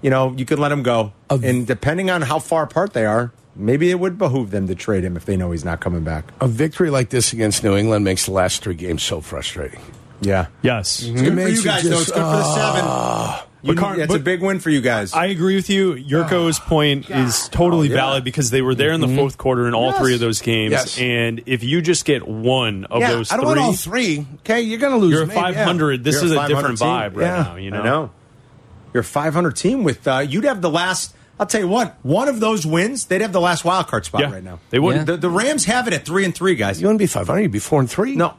Speaker 3: You know, you could let him go.
Speaker 5: Of-
Speaker 3: and depending on how far apart they are, maybe it would behoove them to trade him if they know he's not coming back.
Speaker 5: A victory like this against New England makes the last three games so frustrating.
Speaker 3: Yeah,
Speaker 2: Yes.
Speaker 3: It's good for
Speaker 5: makes
Speaker 3: you
Speaker 5: it
Speaker 3: guys. though.
Speaker 5: just- uh,
Speaker 3: It's
Speaker 5: ah.
Speaker 3: good for the seven. You,
Speaker 2: But Car-
Speaker 3: it's a
Speaker 2: but-
Speaker 3: big win for you guys.
Speaker 2: I agree with you. Yurko's
Speaker 5: Ah.
Speaker 2: point is totally
Speaker 3: Oh, yeah. Mm-hmm.
Speaker 2: valid because they were there in the fourth quarter in all
Speaker 3: Yes.
Speaker 2: three of those games.
Speaker 5: Yes.
Speaker 2: And if you just get one of
Speaker 5: yeah,
Speaker 2: those
Speaker 5: I don't want all
Speaker 2: three,
Speaker 5: three. Okay, you're going to lose.
Speaker 2: you're a
Speaker 5: maybe, yeah.
Speaker 2: 500. This
Speaker 3: You're
Speaker 2: is a
Speaker 3: 500
Speaker 2: different
Speaker 3: team.
Speaker 2: vibe right
Speaker 3: Yeah,
Speaker 2: now. You know?
Speaker 3: I know. You're a 500 team with uh, you'd have the last. I'll tell you what. One of those wins, they'd have the last wild card spot
Speaker 2: Yeah.
Speaker 3: right now.
Speaker 2: They wouldn't.
Speaker 3: The, the Rams have it at three and three, guys.
Speaker 5: You wouldn't be 500. You'd be four and three.
Speaker 3: No.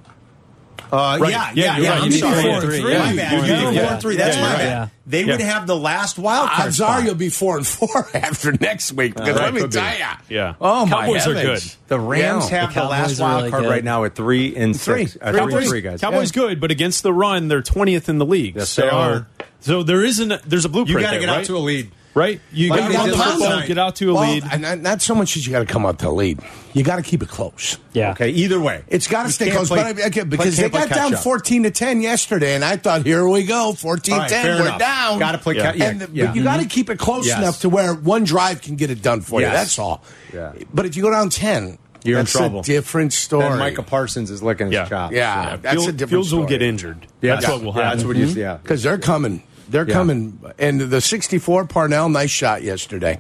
Speaker 3: Uh, Yeah,
Speaker 2: Yeah,
Speaker 3: yeah,
Speaker 2: you're
Speaker 3: yeah.
Speaker 2: right.
Speaker 3: I'm
Speaker 2: You'd be
Speaker 3: sorry.
Speaker 2: four and three.
Speaker 3: My
Speaker 2: Yeah.
Speaker 3: bad. You'd be
Speaker 2: Yeah.
Speaker 3: four and three. That's
Speaker 2: Yeah,
Speaker 3: my
Speaker 2: you're
Speaker 3: bad.
Speaker 4: right.
Speaker 3: They would
Speaker 2: Yeah.
Speaker 3: have the last wild card
Speaker 5: Odds
Speaker 3: spot.
Speaker 5: are you'll be four and four after next
Speaker 3: Uh,
Speaker 5: week. Because
Speaker 2: right,
Speaker 5: let me
Speaker 2: could be.
Speaker 5: tell ya.
Speaker 2: Yeah.
Speaker 5: Oh my
Speaker 2: Cowboys are
Speaker 5: heavens.
Speaker 2: good.
Speaker 3: The Rams
Speaker 5: Yeah.
Speaker 3: have
Speaker 4: The
Speaker 3: the,
Speaker 4: Cowboys
Speaker 3: last
Speaker 4: are
Speaker 3: wild
Speaker 4: really
Speaker 3: card
Speaker 4: good.
Speaker 3: right now at three and
Speaker 5: Three.
Speaker 3: six. Uh,
Speaker 5: Three.
Speaker 3: three, and three, guys.
Speaker 2: Cowboys good, but against the run, they're 20th in the league.
Speaker 3: Yes,
Speaker 2: so,
Speaker 3: they are.
Speaker 2: So there isn't. a- There's a
Speaker 3: You
Speaker 2: blueprint.
Speaker 3: got to
Speaker 2: there,
Speaker 3: get
Speaker 2: right?
Speaker 3: out to a lead.
Speaker 2: Right? You
Speaker 3: Like
Speaker 2: got to
Speaker 3: they
Speaker 2: get,
Speaker 3: did
Speaker 2: the
Speaker 3: last
Speaker 2: ball,
Speaker 3: night.
Speaker 2: get out to a
Speaker 5: Well,
Speaker 2: lead.
Speaker 5: And not- not so much as you got to come out to a lead. You got to keep it close.
Speaker 4: Yeah.
Speaker 3: Okay. Either way,
Speaker 5: It's got to
Speaker 3: You
Speaker 5: stay
Speaker 3: can't
Speaker 5: close.
Speaker 3: play-
Speaker 5: but I, okay,
Speaker 3: play-
Speaker 5: because they
Speaker 3: can't play
Speaker 5: got down
Speaker 3: catch up.
Speaker 5: 14 to 10 yesterday, and I thought, here we go, 14
Speaker 3: All right,
Speaker 5: 10.
Speaker 3: fair
Speaker 5: We're
Speaker 3: enough.
Speaker 5: down.
Speaker 3: Gotta play ca- yeah,
Speaker 5: And the-
Speaker 3: yeah. Mm-hmm.
Speaker 5: But you got to keep it close
Speaker 3: Yes.
Speaker 5: enough to where one drive can get it done for you.
Speaker 3: Yes.
Speaker 5: That's all.
Speaker 3: Yeah.
Speaker 5: But if you go down 10,
Speaker 3: You're in
Speaker 5: that's
Speaker 3: trouble.
Speaker 5: a different story.
Speaker 3: Then Micah Parsons is licking his
Speaker 2: Yeah.
Speaker 3: chops.
Speaker 5: Yeah, that's
Speaker 2: Field-
Speaker 5: a different
Speaker 2: Fields will
Speaker 5: story.
Speaker 2: get injured.
Speaker 3: Yeah,
Speaker 2: That's what will happen.
Speaker 3: That's what you see. Yeah.
Speaker 5: Because they're coming. They're
Speaker 3: Yeah.
Speaker 5: coming. And the 64 Parnell, nice shot yesterday.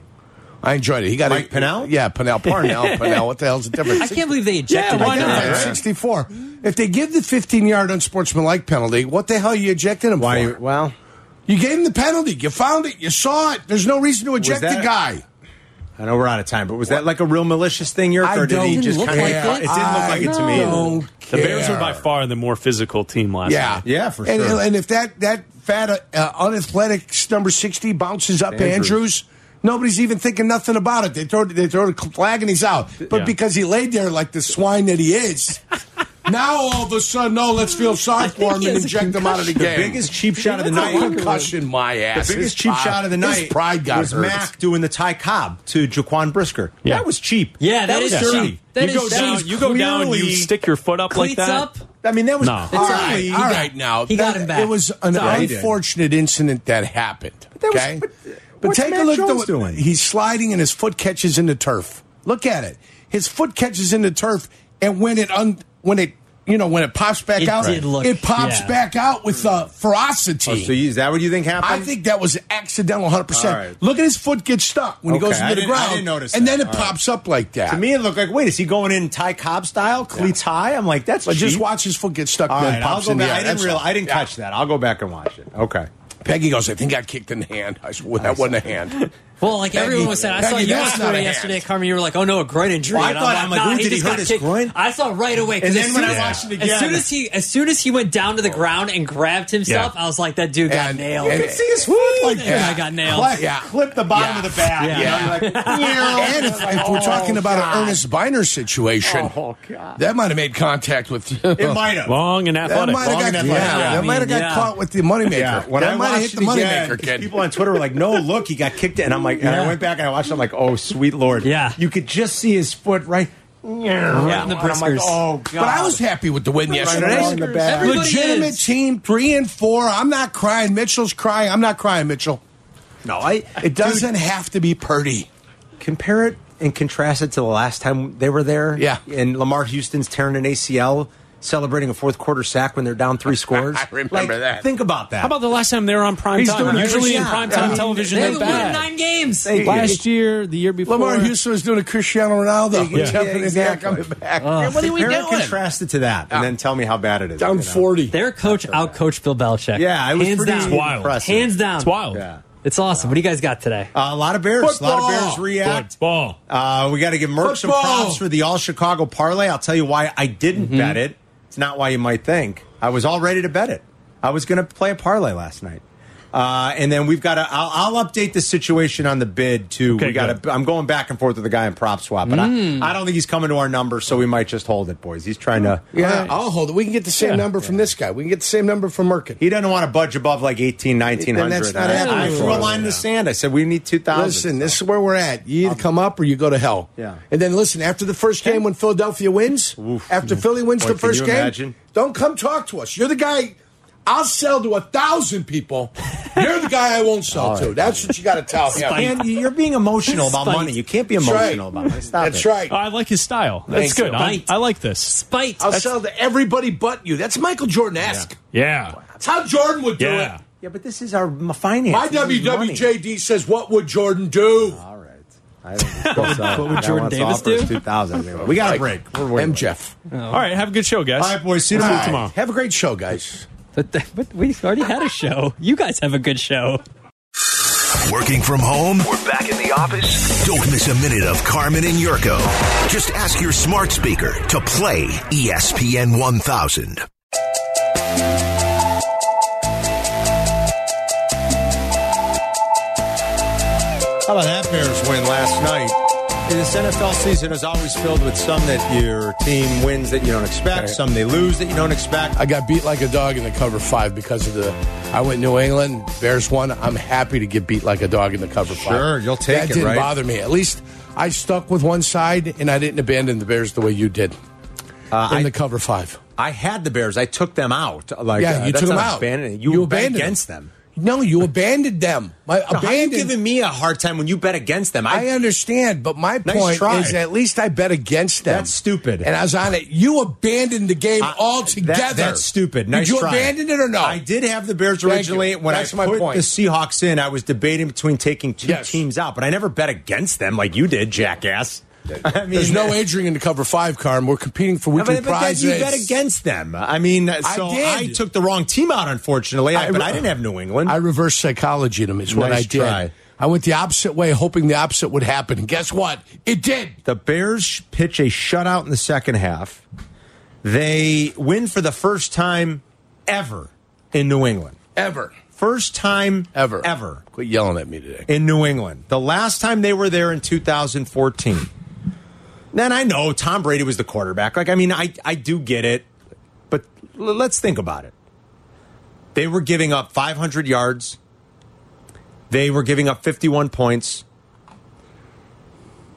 Speaker 5: I enjoyed it. He got
Speaker 3: Mike
Speaker 5: a,
Speaker 3: Pennell?
Speaker 5: Yeah, Pennell. Parnell. Pennell. What the hell's the difference?
Speaker 4: I can't believe they ejected
Speaker 2: why
Speaker 4: him.
Speaker 2: not?
Speaker 5: Yeah,
Speaker 3: Yeah.
Speaker 5: 64. If they give the 15 yard unsportsmanlike penalty, what the hell are you ejecting him
Speaker 3: Why?
Speaker 5: for?
Speaker 3: You, well,
Speaker 5: You gave him the penalty. You found it. You saw it. There's no reason to eject
Speaker 3: that-
Speaker 5: the guy.
Speaker 3: I know we're out of time, but was that like a real malicious thing, Yerk,
Speaker 5: I
Speaker 3: or did he
Speaker 5: don't
Speaker 3: just
Speaker 4: look
Speaker 3: kind of?
Speaker 4: like
Speaker 3: it
Speaker 4: it.
Speaker 3: didn't look like it to me.
Speaker 5: I
Speaker 3: either.
Speaker 5: don't
Speaker 2: The Bears
Speaker 5: care.
Speaker 2: are by far the more physical team last
Speaker 5: Yeah,
Speaker 2: night.
Speaker 3: Yeah, for
Speaker 5: and,
Speaker 3: sure.
Speaker 5: And if that that fat uh, uh, unathletic number sixty bounces up Andrews.
Speaker 3: Andrews.
Speaker 5: nobody's even thinking nothing about it. They throw they throw the flag and he's out. But
Speaker 2: Yeah.
Speaker 5: because he laid there like the swine that he is, now all of a sudden, oh, let's feel sorry for him
Speaker 4: he
Speaker 5: and
Speaker 4: has a
Speaker 5: eject him out of the game.
Speaker 3: Biggest cheap shot of the
Speaker 5: That's a
Speaker 3: night.
Speaker 5: concussion, my ass.
Speaker 3: The
Speaker 5: His
Speaker 3: biggest cheap
Speaker 5: pride-
Speaker 3: shot of the night
Speaker 5: His pride got
Speaker 3: was
Speaker 5: hurt.
Speaker 3: Mac doing the Ty Cobb to Jaquan Brisker.
Speaker 2: Yeah.
Speaker 3: That was cheap.
Speaker 4: Yeah, that
Speaker 3: was
Speaker 4: is
Speaker 3: dirty.
Speaker 4: cheap. That
Speaker 2: you go
Speaker 4: is- that
Speaker 2: down.
Speaker 4: is
Speaker 2: You go down. You
Speaker 4: clearly-
Speaker 2: stick your foot up
Speaker 4: Cleats
Speaker 2: like that.
Speaker 4: up.
Speaker 3: I mean, that was
Speaker 2: No.
Speaker 5: All
Speaker 3: clearly-
Speaker 5: right, all right. Now
Speaker 4: He got
Speaker 5: That-
Speaker 4: him back.
Speaker 5: It was an
Speaker 3: Yeah, he did.
Speaker 5: unfortunate incident that happened.
Speaker 3: that was-
Speaker 5: okay,
Speaker 3: but-
Speaker 5: but
Speaker 3: what's
Speaker 5: take a
Speaker 3: Mac
Speaker 5: look. at
Speaker 3: Jones
Speaker 5: what-
Speaker 3: doing?
Speaker 5: He's sliding and his foot catches in the turf. Look at it. His foot catches in the turf, and when it un, when it you know when it pops back
Speaker 4: It
Speaker 5: out,
Speaker 4: did look-
Speaker 5: it pops
Speaker 4: yeah.
Speaker 5: back out with uh, ferocity.
Speaker 3: Oh, so you, is that what you think happened?
Speaker 5: I think that was accidental, hundred
Speaker 3: All right.
Speaker 5: percent. Look at his foot get stuck when
Speaker 3: Okay,
Speaker 5: he goes
Speaker 3: I
Speaker 5: into the
Speaker 3: didn't- I
Speaker 5: ground,
Speaker 3: didn't notice
Speaker 5: and
Speaker 3: that.
Speaker 5: then it
Speaker 3: All right.
Speaker 5: pops up like that.
Speaker 3: to me it looked like wait, is he going in Ty Cobb style, cleats high? I'm like, that's
Speaker 5: but just
Speaker 3: cheap.
Speaker 5: watch his foot get stuck.
Speaker 3: All
Speaker 5: and then
Speaker 3: right, I'll
Speaker 5: pops
Speaker 3: go
Speaker 5: in the
Speaker 3: back.
Speaker 5: air.
Speaker 3: I didn't
Speaker 5: That's
Speaker 3: real,
Speaker 5: all.
Speaker 3: I didn't
Speaker 5: Yeah.
Speaker 3: catch that. I'll go back and watch it. Okay.
Speaker 5: Peggy goes, I think I kicked in the hand. I said, well, that wasn't a hand.
Speaker 4: Well, like everyone was saying, I saw
Speaker 5: Peggy,
Speaker 4: you
Speaker 5: that's
Speaker 4: on
Speaker 5: not
Speaker 4: Twitter
Speaker 5: a
Speaker 4: yesterday,
Speaker 5: hand.
Speaker 4: Carmen. You were like, "Oh no, a groin injury."
Speaker 3: Well, I
Speaker 4: And
Speaker 3: thought, I'm like,
Speaker 4: nah,
Speaker 3: when
Speaker 4: he
Speaker 3: did he
Speaker 4: just
Speaker 3: hurt
Speaker 4: got
Speaker 3: his
Speaker 4: kicked."
Speaker 3: groin?
Speaker 4: I saw right away. 'cause
Speaker 3: And
Speaker 4: as
Speaker 3: then when
Speaker 4: soon
Speaker 3: I
Speaker 4: as-
Speaker 3: watched it
Speaker 4: as soon
Speaker 3: again- Oh.
Speaker 4: as he as soon as he went down to the ground and grabbed himself,
Speaker 5: Yeah.
Speaker 4: I was like, "That dude got
Speaker 5: And-
Speaker 4: nailed."
Speaker 5: and-
Speaker 3: You could see his foot like
Speaker 4: That
Speaker 5: Yeah.
Speaker 4: guy got nailed.
Speaker 3: Clip,
Speaker 5: Yeah.
Speaker 3: clip the bottom
Speaker 5: Yeah.
Speaker 3: of the bat.
Speaker 5: Yeah.
Speaker 3: You know, you're like, "Meow."
Speaker 5: And if, if we're talking about an Ernest Biner situation,
Speaker 3: Oh, God.
Speaker 5: that might have made contact with.
Speaker 3: it might have.
Speaker 2: Long and
Speaker 5: That
Speaker 2: athletic.
Speaker 5: might have
Speaker 3: Long
Speaker 5: got,
Speaker 3: and
Speaker 5: yeah,
Speaker 3: athletic. Yeah,
Speaker 5: that
Speaker 4: I
Speaker 5: might have
Speaker 4: mean,
Speaker 5: got
Speaker 4: yeah.
Speaker 5: caught with the moneymaker.
Speaker 3: Yeah, when
Speaker 5: that
Speaker 3: I
Speaker 5: might have hit
Speaker 3: watched
Speaker 5: the
Speaker 3: it again,
Speaker 5: moneymaker kid.
Speaker 3: people on Twitter were like, "No, look, he got kicked," and I'm like, and I
Speaker 4: Yeah.
Speaker 3: went back and I watched. it, I'm like, "Oh, sweet lord!"
Speaker 4: Yeah.
Speaker 3: you could just see his foot right.
Speaker 4: Right in
Speaker 3: And
Speaker 4: the
Speaker 3: I'm like,
Speaker 4: briskers.
Speaker 3: "Oh god!"
Speaker 5: but I was happy with the win yesterday.
Speaker 3: along the back.
Speaker 4: Everybody
Speaker 5: Legitimate
Speaker 4: is.
Speaker 5: team, three and four. I'm not crying. Mitchell's crying. I'm not crying, Mitchell.
Speaker 3: no, I
Speaker 5: It doesn't have to be Purdy.
Speaker 3: compare it and contrast it to the last time they were there.
Speaker 5: Yeah.
Speaker 3: and Lamar Houston's tearing an ACL, celebrating a fourth quarter sack when they're down three scores.
Speaker 5: I remember that.
Speaker 3: Think about that.
Speaker 2: How about the last time they were on prime
Speaker 3: He's
Speaker 2: time?
Speaker 3: doing
Speaker 2: Usually
Speaker 3: every
Speaker 2: in
Speaker 3: shot.
Speaker 2: prime
Speaker 3: I
Speaker 2: time
Speaker 3: mean,
Speaker 2: television,
Speaker 4: They
Speaker 2: they're
Speaker 4: haven't won
Speaker 2: bad.
Speaker 4: nine games.
Speaker 2: Last year, the year before,
Speaker 5: Lamar Houston was doing a Cristiano Ronaldo.
Speaker 3: Yeah,
Speaker 5: Jumping in the air,
Speaker 3: exactly.
Speaker 5: coming back.
Speaker 4: what are we
Speaker 3: compare and
Speaker 4: doing?
Speaker 3: contrast it to that, and then tell me how bad it is.
Speaker 5: Down
Speaker 3: you know?
Speaker 5: 40.
Speaker 4: Their coach outcoached Bill Belichick.
Speaker 3: Yeah, it was
Speaker 4: hands
Speaker 3: pretty
Speaker 4: down.
Speaker 2: wild.
Speaker 3: impressive.
Speaker 4: Hands down.
Speaker 2: It's wild.
Speaker 3: Yeah.
Speaker 4: It's awesome. What do you guys got today?
Speaker 3: Uh, a lot of Bears. A lot of
Speaker 5: Football.
Speaker 3: Bears react.
Speaker 2: Football.
Speaker 3: Uh, we got to give Merck some
Speaker 5: Football.
Speaker 3: props for the All Chicago parlay. I'll tell you why I didn't
Speaker 2: Mm-hmm.
Speaker 3: bet it. It's not why you might think. I was all ready to bet it. I was going to play a parlay last night. Uh, and then we've got to. I'll, I'll update the situation on the bid too.
Speaker 2: Okay,
Speaker 3: we got.
Speaker 2: good. Mm.
Speaker 3: to I'm going back and forth with the guy in prop swap, but I, I don't think he's coming to our number, so we might just hold it, boys. He's trying to.
Speaker 5: Yeah, I'll hold it. We can get the same
Speaker 2: Yeah.
Speaker 5: number from this guy. We can get the same number from Merkin.
Speaker 3: He doesn't want to budge above like 18, 1900.
Speaker 5: Then that's not happening
Speaker 3: I, I
Speaker 5: for
Speaker 3: threw a
Speaker 5: us.
Speaker 3: line in the sand. I said we need two thousand.
Speaker 5: Listen, this is where we're at. You either come up or you go to hell.
Speaker 3: Um, Yeah.
Speaker 5: And then listen, after the first game when Philadelphia wins, after Philly wins
Speaker 3: Boy,
Speaker 5: the
Speaker 3: can
Speaker 5: first
Speaker 3: you
Speaker 5: game,
Speaker 3: imagine?
Speaker 5: don't come talk to us. You're the guy I'll sell to a thousand people. You're the guy I won't sell to. That's what you got to tell him.
Speaker 3: And you're being emotional about
Speaker 4: Spite.
Speaker 3: money. You can't be
Speaker 5: That's right.
Speaker 3: emotional about money. Stop it.
Speaker 5: That's right.
Speaker 2: I like his style. That's
Speaker 5: Thank
Speaker 2: good.
Speaker 5: you.
Speaker 2: I,
Speaker 4: Right.
Speaker 2: I like this.
Speaker 4: Spite.
Speaker 5: I'll sell to everybody but you. That's Michael Jordan esque.
Speaker 2: Yeah.
Speaker 5: That's how Jordan would do
Speaker 2: Yeah.
Speaker 5: it.
Speaker 3: Yeah, but this is our m- finance.
Speaker 5: My
Speaker 3: This is money.
Speaker 5: WWJD says, What would Jordan do?
Speaker 3: All right. I think what would
Speaker 4: Jordan Davis do?
Speaker 3: Two thousand. Anyway, we got a break. We're way
Speaker 5: M.
Speaker 3: late.
Speaker 5: Jeff.
Speaker 2: All right. Have a good show, guys.
Speaker 3: All right, boys. See you
Speaker 5: All right.
Speaker 2: tomorrow.
Speaker 5: Have a great show, guys.
Speaker 4: But, the, but we already had a show. You guys have a good show.
Speaker 6: Working from home?
Speaker 7: We're back in the office.
Speaker 6: Don't miss a minute of Carmen and Yurko. Just ask your smart speaker to play E ESPN 1000.
Speaker 3: How about that Bears win last night? This NFL season is always filled with some that your team wins that you don't expect, some they lose that you don't expect.
Speaker 5: I got beat like a dog in the cover five because of the. I went New England, Bears won. I'm happy to get beat like a dog in the cover five.
Speaker 3: Sure, you'll take
Speaker 5: that
Speaker 3: it,
Speaker 5: didn't
Speaker 3: right?
Speaker 5: bother me. At least I stuck with one side and I didn't abandon the Bears the way you did in
Speaker 3: Uh, I-
Speaker 5: the cover five.
Speaker 3: I had the Bears. I took them out. Like,
Speaker 5: Yeah,
Speaker 3: uh,
Speaker 5: you
Speaker 3: that's
Speaker 5: took them
Speaker 3: not
Speaker 5: out.
Speaker 3: abandoning. You, bet against them.
Speaker 5: No, you abandoned them. My
Speaker 3: How are you
Speaker 5: abandoned.
Speaker 3: giving me a hard time when you bet against them?
Speaker 5: I understand, but my point
Speaker 3: try.
Speaker 5: is at least I bet against them.
Speaker 3: That's stupid.
Speaker 5: And I was on it. You abandoned the game
Speaker 3: I-
Speaker 5: altogether.
Speaker 3: that- that's stupid. Nice
Speaker 5: Did you
Speaker 3: try.
Speaker 5: abandon it or no?
Speaker 3: I did have the Bears
Speaker 5: Thank
Speaker 3: originally.
Speaker 5: you.
Speaker 3: When
Speaker 5: That's
Speaker 3: I
Speaker 5: my
Speaker 3: put
Speaker 5: point.
Speaker 3: the Seahawks in, I was debating between taking two
Speaker 5: Yes.
Speaker 3: teams out, but I never bet against them like you did, jackass. I mean,
Speaker 5: There's no entering into cover five, Carm. We're competing for
Speaker 3: I
Speaker 5: weekly
Speaker 3: mean, but then
Speaker 5: prizes.
Speaker 3: you bet against them. I mean, so
Speaker 5: did.
Speaker 3: I, took the wrong team out, unfortunately. I,
Speaker 5: I-
Speaker 3: but I didn't have New England.
Speaker 5: I reverse psychology them is what
Speaker 3: Nice
Speaker 5: I did.
Speaker 3: try.
Speaker 5: I went the opposite way, hoping the opposite would happen. And guess what? It did.
Speaker 3: the Bears pitch a shutout in the second half. They win for the first time ever in New England.
Speaker 5: Ever.
Speaker 3: First time
Speaker 5: Ever.
Speaker 3: ever
Speaker 5: Quit yelling at me today.
Speaker 3: in New England. The last time they were there in 2014. Then I know Tom Brady was the quarterback. Like, I mean, I, I do get it, but l- let's think about it. They were giving up 500 yards, they were giving up 51 points.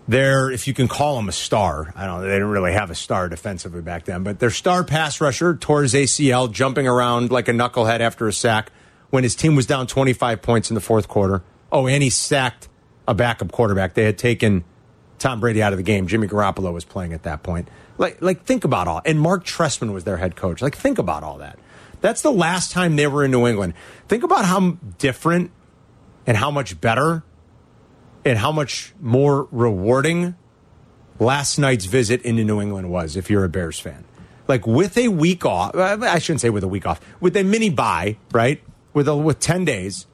Speaker 3: Their, if you can call him a star, I don't. They didn't really have a star defensively back then, but their star pass rusher tore his ACL, jumping around like a knucklehead after a sack when his team was down 25 points in the fourth quarter. Oh, and he sacked a backup quarterback. They had taken Tom Brady out of the game. Jimmy Garoppolo was playing at that point. Like, like think about all. And Mark Trestman was their head coach. Like, think about all that. That's the last time they were in New England. Think about how different and how much better and how much more rewarding last night's visit into New England was if you're a Bears fan. Like with a week off, I I shouldn't say with a week off, with a mini buy, right? With a, with 10 days.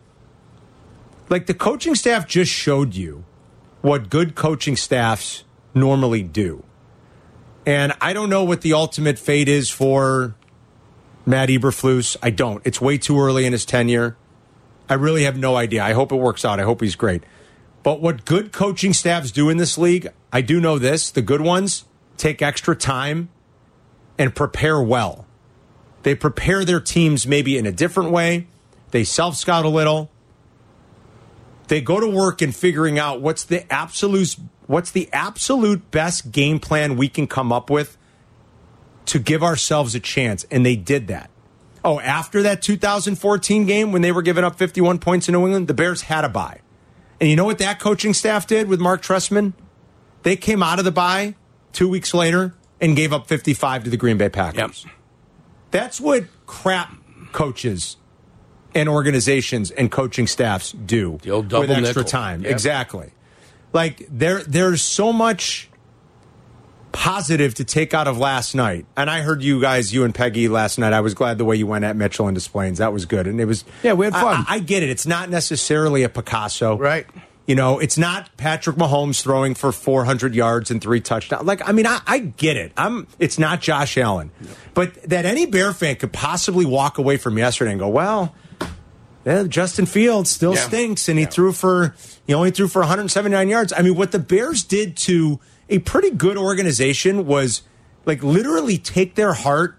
Speaker 3: Like the coaching staff just showed you what good coaching staffs normally do. And I don't know what the ultimate fate is for Matt Eberflus. I don't. It's way too early in his tenure. I really have no idea. I hope it works out. I hope he's great. But what good coaching staffs do in this league, I do know this. The good ones take extra time and prepare well. They prepare their teams maybe in a different way. They self scout a little. They go to work in figuring out what's the absolute what's the absolute best game plan we can come up with to give ourselves a chance, and they did that. Oh, after that 2014 game when they were giving up 51 points in New England, the Bears had a bye. And you know what that coaching staff did with Mark Tressman? They came out of the bye two weeks later and gave up 55 to the Green Bay Packers. That's what crap coaches and organizations and coaching staffs do
Speaker 5: The old double
Speaker 3: with extra
Speaker 5: nickel.
Speaker 3: time.
Speaker 5: Yep.
Speaker 3: Exactly. Like there, there's so much positive to take out of last night. And I heard you guys, you and Peggy last night. I was glad the way you went at Mitchell and Displains. That was good. And it was
Speaker 5: Yeah, we had
Speaker 3: I-
Speaker 5: fun.
Speaker 3: I, I get it. It's not necessarily a Picasso.
Speaker 5: Right.
Speaker 3: You know, it's not Patrick Mahomes throwing for 400 yards and three touchdowns. Like, I mean, I, I get it. I'm. It's not Josh Allen, but that any Bear fan could possibly walk away from yesterday and go, "Well, Yeah, Justin Fields still
Speaker 5: Yeah.
Speaker 3: stinks, and he
Speaker 5: Yeah.
Speaker 3: threw for he only threw for 179 yards. I mean, what the Bears did to a pretty good organization was like literally take their heart,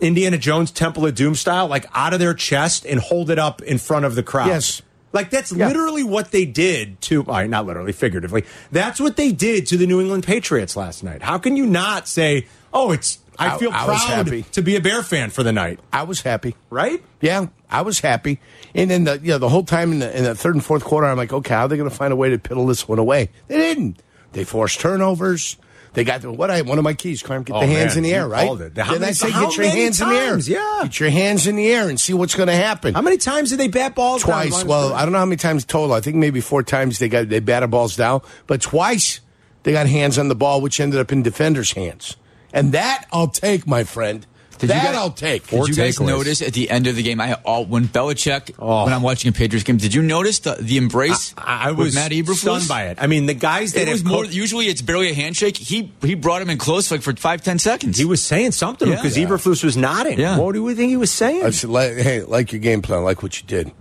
Speaker 3: Indiana Jones Temple of Doom style, like out of their chest and hold it up in front of the crowd.
Speaker 5: Yes.
Speaker 3: Like that's literally what they did to all right, not literally, figuratively. That's what they did to the New England Patriots last night. How can you not say, "Oh, it's I,
Speaker 5: I-
Speaker 3: feel
Speaker 5: I
Speaker 3: proud
Speaker 5: was happy.
Speaker 3: to be a Bear fan for the night,"
Speaker 5: I was happy.
Speaker 3: right?
Speaker 5: Yeah, I was happy. And then the you know, the whole time in the, in the third and fourth quarter, I'm like, okay, how are they going to find a way to piddle this one away? They didn't. They forced turnovers. They got the, what I one of my keys, Carm, get
Speaker 3: Oh,
Speaker 5: the hands
Speaker 3: man,
Speaker 5: in the
Speaker 3: you
Speaker 5: air, right?
Speaker 3: called it. How
Speaker 5: Didn't
Speaker 3: many-
Speaker 5: I say
Speaker 3: how
Speaker 5: get your
Speaker 3: many
Speaker 5: hands
Speaker 3: times?
Speaker 5: in the
Speaker 3: Yeah.
Speaker 5: air? Get your hands in the air and see what's going to happen.
Speaker 3: How many times did they bat balls down
Speaker 5: twice.
Speaker 3: lines?
Speaker 5: Well, I don't know how many times total. I think maybe four times they got they batted balls down, but twice they got hands on the ball, which ended up in defenders' hands. And that I'll take, my friend.
Speaker 7: Did you
Speaker 5: that
Speaker 7: guys-
Speaker 5: I'll take.
Speaker 7: Did you guys
Speaker 3: takeaways. Oh.
Speaker 7: notice at the end of the game? I all when Belichick when I'm watching a Patriots game. Did you notice the, the embrace?
Speaker 3: I, I
Speaker 7: with
Speaker 3: was
Speaker 7: Matt Eberflus?
Speaker 3: stunned by it. I mean, the guys that
Speaker 7: It was
Speaker 3: have
Speaker 7: more.
Speaker 3: coached-
Speaker 7: Usually, it's barely a handshake. He he brought him in close, like for five ten seconds.
Speaker 3: he was saying something
Speaker 7: Yeah.
Speaker 3: because Eberflus was nodding.
Speaker 7: Yeah.
Speaker 3: What do we think he was saying?
Speaker 5: I said, like, hey, like your game plan, like what you did.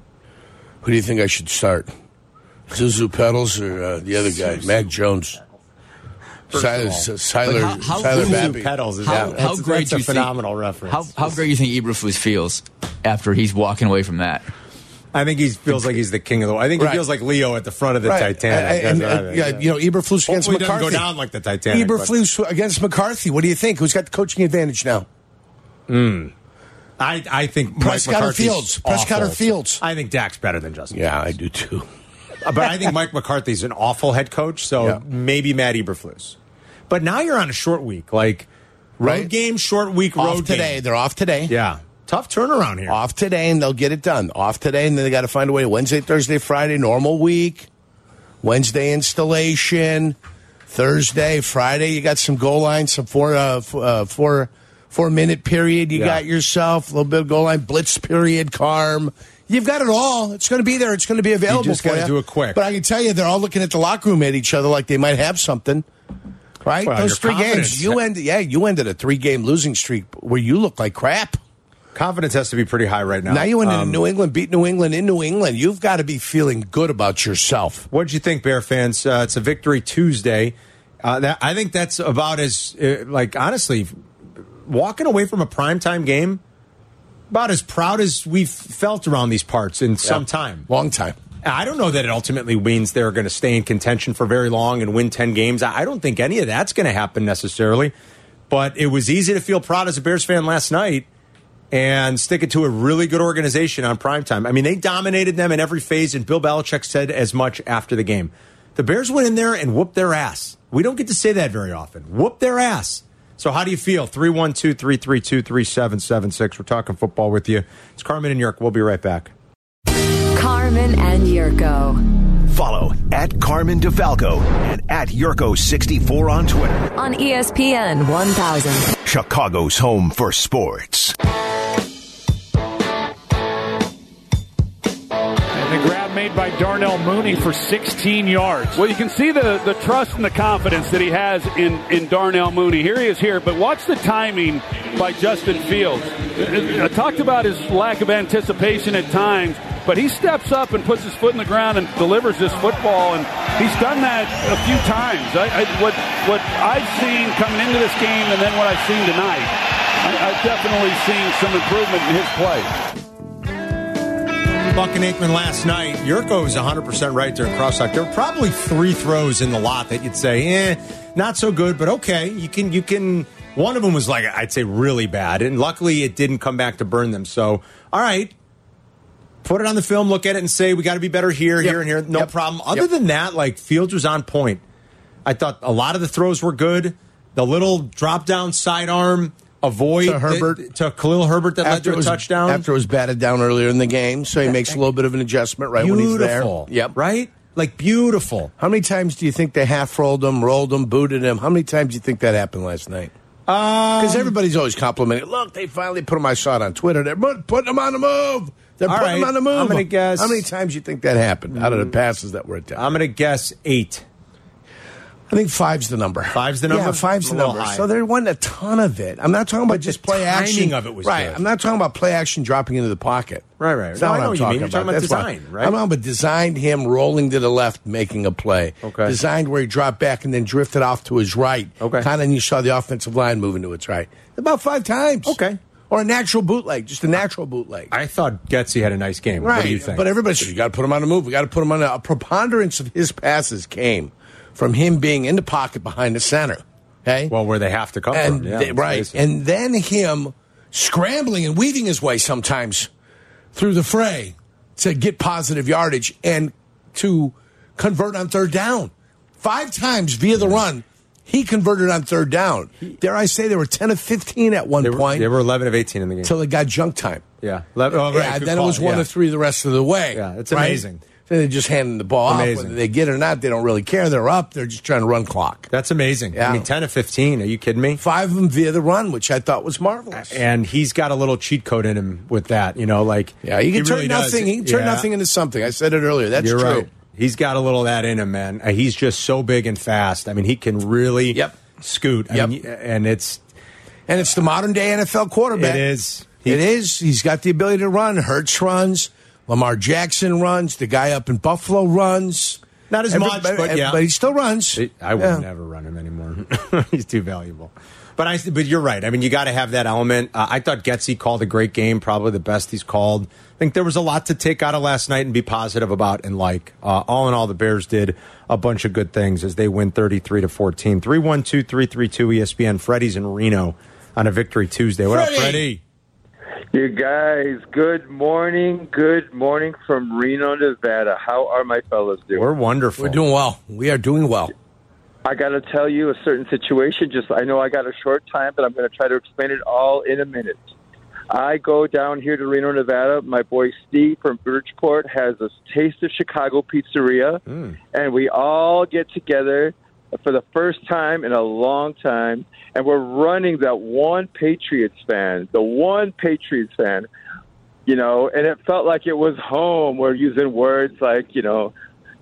Speaker 5: Who do you think I should start? Zuzu Pedals or uh, the other guy, Mac Jones? Siler, Siler,
Speaker 7: Like, how- how-
Speaker 5: Siler
Speaker 7: Zuzu
Speaker 5: Babby.
Speaker 3: Pedals is
Speaker 7: how,
Speaker 3: that-
Speaker 7: how
Speaker 3: that's-
Speaker 7: great
Speaker 3: that's a
Speaker 7: do you
Speaker 3: phenomenal
Speaker 7: think,
Speaker 3: reference.
Speaker 7: How, how great you think Eberflus feels after he's walking away from that?
Speaker 3: I think he feels like he's the king of the. I think
Speaker 5: Right.
Speaker 3: he feels like Leo at the front of the
Speaker 5: Right.
Speaker 3: Titanic. That's
Speaker 5: And, and,
Speaker 3: what I
Speaker 5: uh,
Speaker 3: think,
Speaker 5: yeah, you know, Eberflus against
Speaker 3: Hopefully it doesn't
Speaker 5: McCarthy.
Speaker 3: go down like the Titanic, but-
Speaker 5: Eberflus against McCarthy. What do you think? Who's got the coaching advantage now?
Speaker 3: I, I think Mike
Speaker 5: Prescott or
Speaker 3: McCarthy's
Speaker 5: Fields? Prescott or
Speaker 3: awful.
Speaker 5: Fields?
Speaker 3: I think Dak's better than Justin.
Speaker 5: Yeah, I do too.
Speaker 3: but I think Mike McCarthy's an awful head coach. So
Speaker 5: Yeah.
Speaker 3: maybe Matt Eberflus. But now you're on a short week, like road
Speaker 5: Right.
Speaker 3: game, short week,
Speaker 5: Off
Speaker 3: road
Speaker 5: today.
Speaker 3: game.
Speaker 5: They're off today.
Speaker 3: Yeah, tough turnaround here.
Speaker 5: Off today, and they'll get it done. Off today, and then they got to find a way. Wednesday, Thursday, Friday, normal week. Wednesday installation. Thursday, Friday, you got some goal line, some four, uh, f- uh, four, four minute period. You
Speaker 3: Yeah.
Speaker 5: got yourself a little bit of goal line blitz period. Carm, you've got it all. It's going to be there. It's going to be available.
Speaker 3: just
Speaker 5: for
Speaker 3: gotta
Speaker 5: ya.
Speaker 3: do it quick.
Speaker 5: But I can tell you, they're all looking at the locker room at each other like they might have something. Right,
Speaker 3: Well, your
Speaker 5: those three
Speaker 3: confidence-
Speaker 5: games. You ended, yeah, you ended a three-game losing streak where you look like crap.
Speaker 3: Confidence has to be pretty high right now.
Speaker 5: Now you went into
Speaker 3: Um,
Speaker 5: New England, beat New England in New England. You've got to be feeling good about yourself.
Speaker 3: What did you think, Bear fans? Uh, it's a victory Tuesday. Uh, that, I think that's about as uh, like honestly, walking away from a primetime game, about as proud as we've felt around these parts in some time.
Speaker 5: Long time.
Speaker 3: I don't know that it ultimately means they're going to stay in contention for very long and win 10 games. I I don't think any of that's going to happen necessarily. But it was easy to feel proud as a Bears fan last night and stick it to a really good organization on primetime. I mean, they dominated them in every phase, and Bill Belichick said as much after the game. The Bears went in there and whooped their ass. We don't get to say that very often. Whoop their ass. So how do you feel? 312 332 3776. We're talking football with you. It's Carmen and York. We'll be right back.
Speaker 8: Carmen and Yurko
Speaker 6: Follow at Carmen DeFalco and at Yurko64 on Twitter.
Speaker 8: on E ESPN 1000.
Speaker 6: Chicago's home for sports.
Speaker 9: And the grab made by Darnell Mooney for 16 yards. Well, you can see the, the trust and the confidence that he has in, in Darnell Mooney. Here he is here, but watch the timing by Justin Fields. I I talked about his lack of anticipation at times, but he steps up and puts his foot in the ground and delivers this football, and he's done that a few times. I, I, what, what I've seen coming into this game and then what I've seen tonight, I, I've definitely seen some improvement in his play.
Speaker 3: Buck and Aikman last night. Yurko was 100% right during crosstalk. There were probably three throws in the lot that you'd say, eh, not so good, but okay. You can, you can. One of them was like, I'd say really bad. And luckily it didn't come back to burn them. So, all right, put it on the film, look at it and say, we got to be better here, here, and here. No
Speaker 5: Yep.
Speaker 3: problem. Other
Speaker 5: Yep.
Speaker 3: than that, like Fields was on point. I thought a lot of the throws were good. The little drop down sidearm avoid
Speaker 5: To Herbert.
Speaker 3: that- to Khalil Herbert that led to a
Speaker 5: it was,
Speaker 3: touchdown.
Speaker 5: After it was batted down earlier in the game, so he makes a little bit of an adjustment right when he's there.
Speaker 3: beautiful.
Speaker 5: Yep.
Speaker 3: Right? Like beautiful.
Speaker 5: How many times do you think they half rolled him, rolled him, booted him? How many times do you think that happened last night?
Speaker 3: Um,
Speaker 5: Because everybody's always complimenting. Look, they finally put him. I saw it on Twitter. They're put- putting him on the move. They're
Speaker 3: All
Speaker 5: putting him
Speaker 3: right,
Speaker 5: on the move.
Speaker 3: I'm gonna guess-
Speaker 5: How many times do you think that happened out of the passes that were attempted?
Speaker 3: I'm going to guess eight.
Speaker 5: I think five's the number.
Speaker 3: Five's the number?
Speaker 5: Yeah, five's
Speaker 3: A
Speaker 5: the
Speaker 3: little
Speaker 5: number.
Speaker 3: high.
Speaker 5: So there wasn't a ton of it. I'm not talking about just play
Speaker 3: timing
Speaker 5: action.
Speaker 3: of it was
Speaker 5: right.
Speaker 3: good.
Speaker 5: I'm not talking about play action dropping into the pocket.
Speaker 3: Right, right.
Speaker 5: That's
Speaker 3: No, I
Speaker 5: not
Speaker 3: know
Speaker 5: what I'm
Speaker 3: what you mean.
Speaker 5: talking
Speaker 3: You're
Speaker 5: about.
Speaker 3: talking about
Speaker 5: That's why-
Speaker 3: design, right?
Speaker 5: I'm talking about designed him rolling to the left, making a play.
Speaker 3: Okay.
Speaker 5: Designed where he dropped back and then drifted off to his right.
Speaker 3: Okay.
Speaker 5: Kind of, and you saw the offensive line moving to its right about five times.
Speaker 3: Okay.
Speaker 5: Or a natural bootleg, just a natural bootleg.
Speaker 3: I thought Getsy had a nice game.
Speaker 5: Right.
Speaker 3: What do you think?
Speaker 5: But everybody says you got to put him on the move. We got to put him on a, a preponderance of his passes came from him being in the pocket behind the center. Okay.
Speaker 3: well, where they have to come
Speaker 5: and
Speaker 3: from. Yeah,
Speaker 5: they-
Speaker 3: let's
Speaker 5: right,
Speaker 3: face it.
Speaker 5: and then him scrambling and weaving his way sometimes through the fray to get positive yardage and to convert on third down. Five times via the run, he converted on third down. Dare I say, there were ten of fifteen at one
Speaker 3: they, were,
Speaker 5: point
Speaker 3: they were 11 of 18 in the game.
Speaker 5: until it got junk time.
Speaker 3: yeah. Le- oh, right,
Speaker 5: yeah,
Speaker 3: good
Speaker 5: then it
Speaker 3: call.
Speaker 5: was one
Speaker 3: Yeah.
Speaker 5: to three the rest of the way.
Speaker 3: Yeah, it's
Speaker 5: right?
Speaker 3: amazing.
Speaker 5: Then they just handing the ball off.
Speaker 3: Amazing.
Speaker 5: Whether they get it or not, they don't really care. They're up. They're just trying to run clock.
Speaker 3: That's amazing.
Speaker 5: Yeah.
Speaker 3: I mean, 10 of 15. Are you kidding me?
Speaker 5: Five of them via the run, which I thought was marvelous.
Speaker 3: And he's got a little cheat code in him with that, you know, like
Speaker 5: Yeah, he can turn
Speaker 3: really does.
Speaker 5: nothing. He can turn
Speaker 3: Yeah.
Speaker 5: nothing into something. I said it earlier. That's
Speaker 3: You're
Speaker 5: true.
Speaker 3: right. He's got a little of that in him, man. Uh, He's just so big and fast. I mean, he can really
Speaker 5: Yep.
Speaker 3: scoot. I
Speaker 5: Yep.
Speaker 3: mean, and it's
Speaker 5: And it's the modern day NFL quarterback.
Speaker 3: It is.
Speaker 5: it is. He's got the ability to run. Hertz runs. Lamar Jackson runs. The guy up in Buffalo runs.
Speaker 3: Not as much,
Speaker 5: Everybody-
Speaker 3: but yeah.
Speaker 5: but he still runs.
Speaker 3: I would
Speaker 5: Yeah.
Speaker 3: never run him anymore. He's too valuable. But I, but you're right. I mean, you got to have that element. Uh, I thought Getzey called a great game, probably the best he's called. I think there was a lot to take out of last night and be positive about and like. Uh, all in all, the Bears did a bunch of good things as they win 33 to 14. 312 332 ESPN. Freddie's in Reno on a victory Tuesday. What
Speaker 5: Freddie!
Speaker 3: up, Freddie?
Speaker 10: You guys, good morning. Good morning from Reno, Nevada. How are my fellows doing?
Speaker 3: We're wonderful.
Speaker 5: We're doing well. We are doing well.
Speaker 10: I got to tell you a certain situation. Just I know I got a short time, but I'm going to try to explain it all in a minute. I go down here to Reno, Nevada. My boy Steve from Bridgeport has a taste of Chicago pizzeria, and we all get together for the first time in a long time, and we're running that one Patriots fan, the one Patriots fan you know, and it felt like it was home. We're using words like, you know,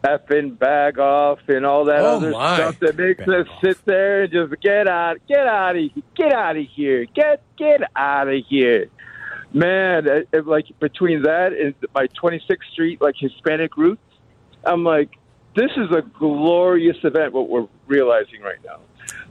Speaker 10: effing bag off and all that
Speaker 5: Oh,
Speaker 10: other
Speaker 5: my.
Speaker 10: stuff that makes us sit there and just get out, get out of, get out of here, get get out of here. Man, it, it, like between that and my 26th Street, like Hispanic roots, I'm like, this is a glorious event. What we're realizing right now.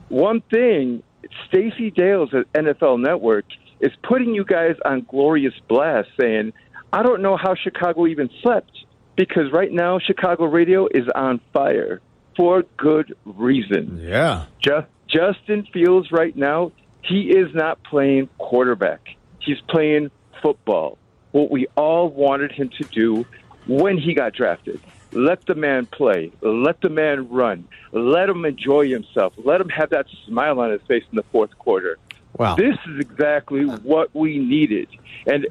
Speaker 10: One thing, Stacy Dales at NFL Network is putting you guys on glorious blast, saying, "I don't know how Chicago even slept because right now Chicago radio is on fire for good reason."
Speaker 3: Yeah.
Speaker 10: Ju- Justin Fields right now, he is not playing quarterback. He's playing football. What we all wanted him to do when he got drafted. Let the man play. Let the man run. Let him enjoy himself. Let him have that smile on his face in the fourth quarter.
Speaker 3: Wow.
Speaker 10: This is exactly what we needed. And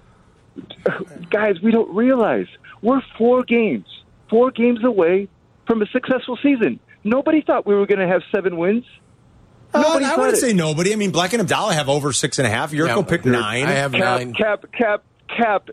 Speaker 10: guys, we don't realize we're four games, four games away from a successful season. Nobody thought we were going to have seven wins.
Speaker 3: Uh,
Speaker 10: Nobody
Speaker 3: I
Speaker 10: thought
Speaker 3: wouldn't
Speaker 10: it.
Speaker 3: say nobody. I mean, Black and Abdallah have over six and a half. Yurko
Speaker 5: Yeah,
Speaker 3: picked
Speaker 5: dude,
Speaker 3: nine.
Speaker 5: I have
Speaker 10: Cap,
Speaker 5: nine.
Speaker 10: cap, cap, cap.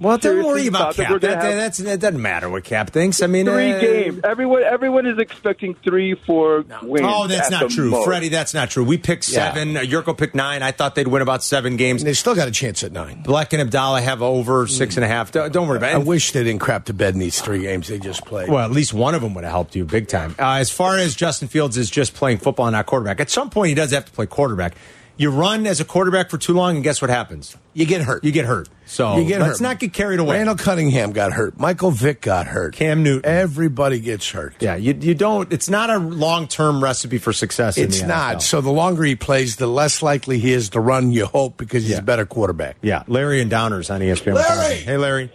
Speaker 3: Well, don't
Speaker 10: Seriously
Speaker 3: worry about
Speaker 10: thought that
Speaker 3: Cap.
Speaker 10: we're
Speaker 3: That,
Speaker 10: gonna
Speaker 3: that,
Speaker 10: have
Speaker 3: that's, that doesn't matter what Cap thinks. I mean,
Speaker 10: Three
Speaker 3: uh,
Speaker 10: games. Everyone, everyone is expecting three, four wins.
Speaker 3: Oh, that's
Speaker 10: at
Speaker 3: not
Speaker 10: the
Speaker 3: true,
Speaker 10: most.
Speaker 3: Freddie. That's not true. We picked
Speaker 5: Yeah.
Speaker 3: seven. Uh, Yurko picked nine. I thought they'd win about seven games.
Speaker 5: And they still got a chance at nine.
Speaker 3: Black and Abdallah have over six and a half. Don't, don't worry about it.
Speaker 5: I wish they didn't crap to bed in these three games they just played.
Speaker 3: Well, at least one of them would have helped you big time. Uh, as far as Justin Fields is just playing football and not quarterback, at some point he does have to play quarterback. You run as a quarterback for too long, and guess what happens?
Speaker 5: you get hurt.
Speaker 3: You get hurt. So
Speaker 5: You get
Speaker 3: let's
Speaker 5: hurt.
Speaker 3: not get carried away.
Speaker 5: Randall Cunningham got hurt. Michael Vick got hurt.
Speaker 3: Cam Newton.
Speaker 5: Everybody gets hurt.
Speaker 3: Yeah, you, you don't. It's not a long term recipe for success. in
Speaker 5: It's
Speaker 3: the NFL.
Speaker 5: not. So the longer he plays, the less likely he is to run, you hope, because he's
Speaker 3: Yeah.
Speaker 5: a better quarterback.
Speaker 3: Yeah, Larry and Downers on E ESPN.
Speaker 5: Larry!
Speaker 3: Hey, Larry.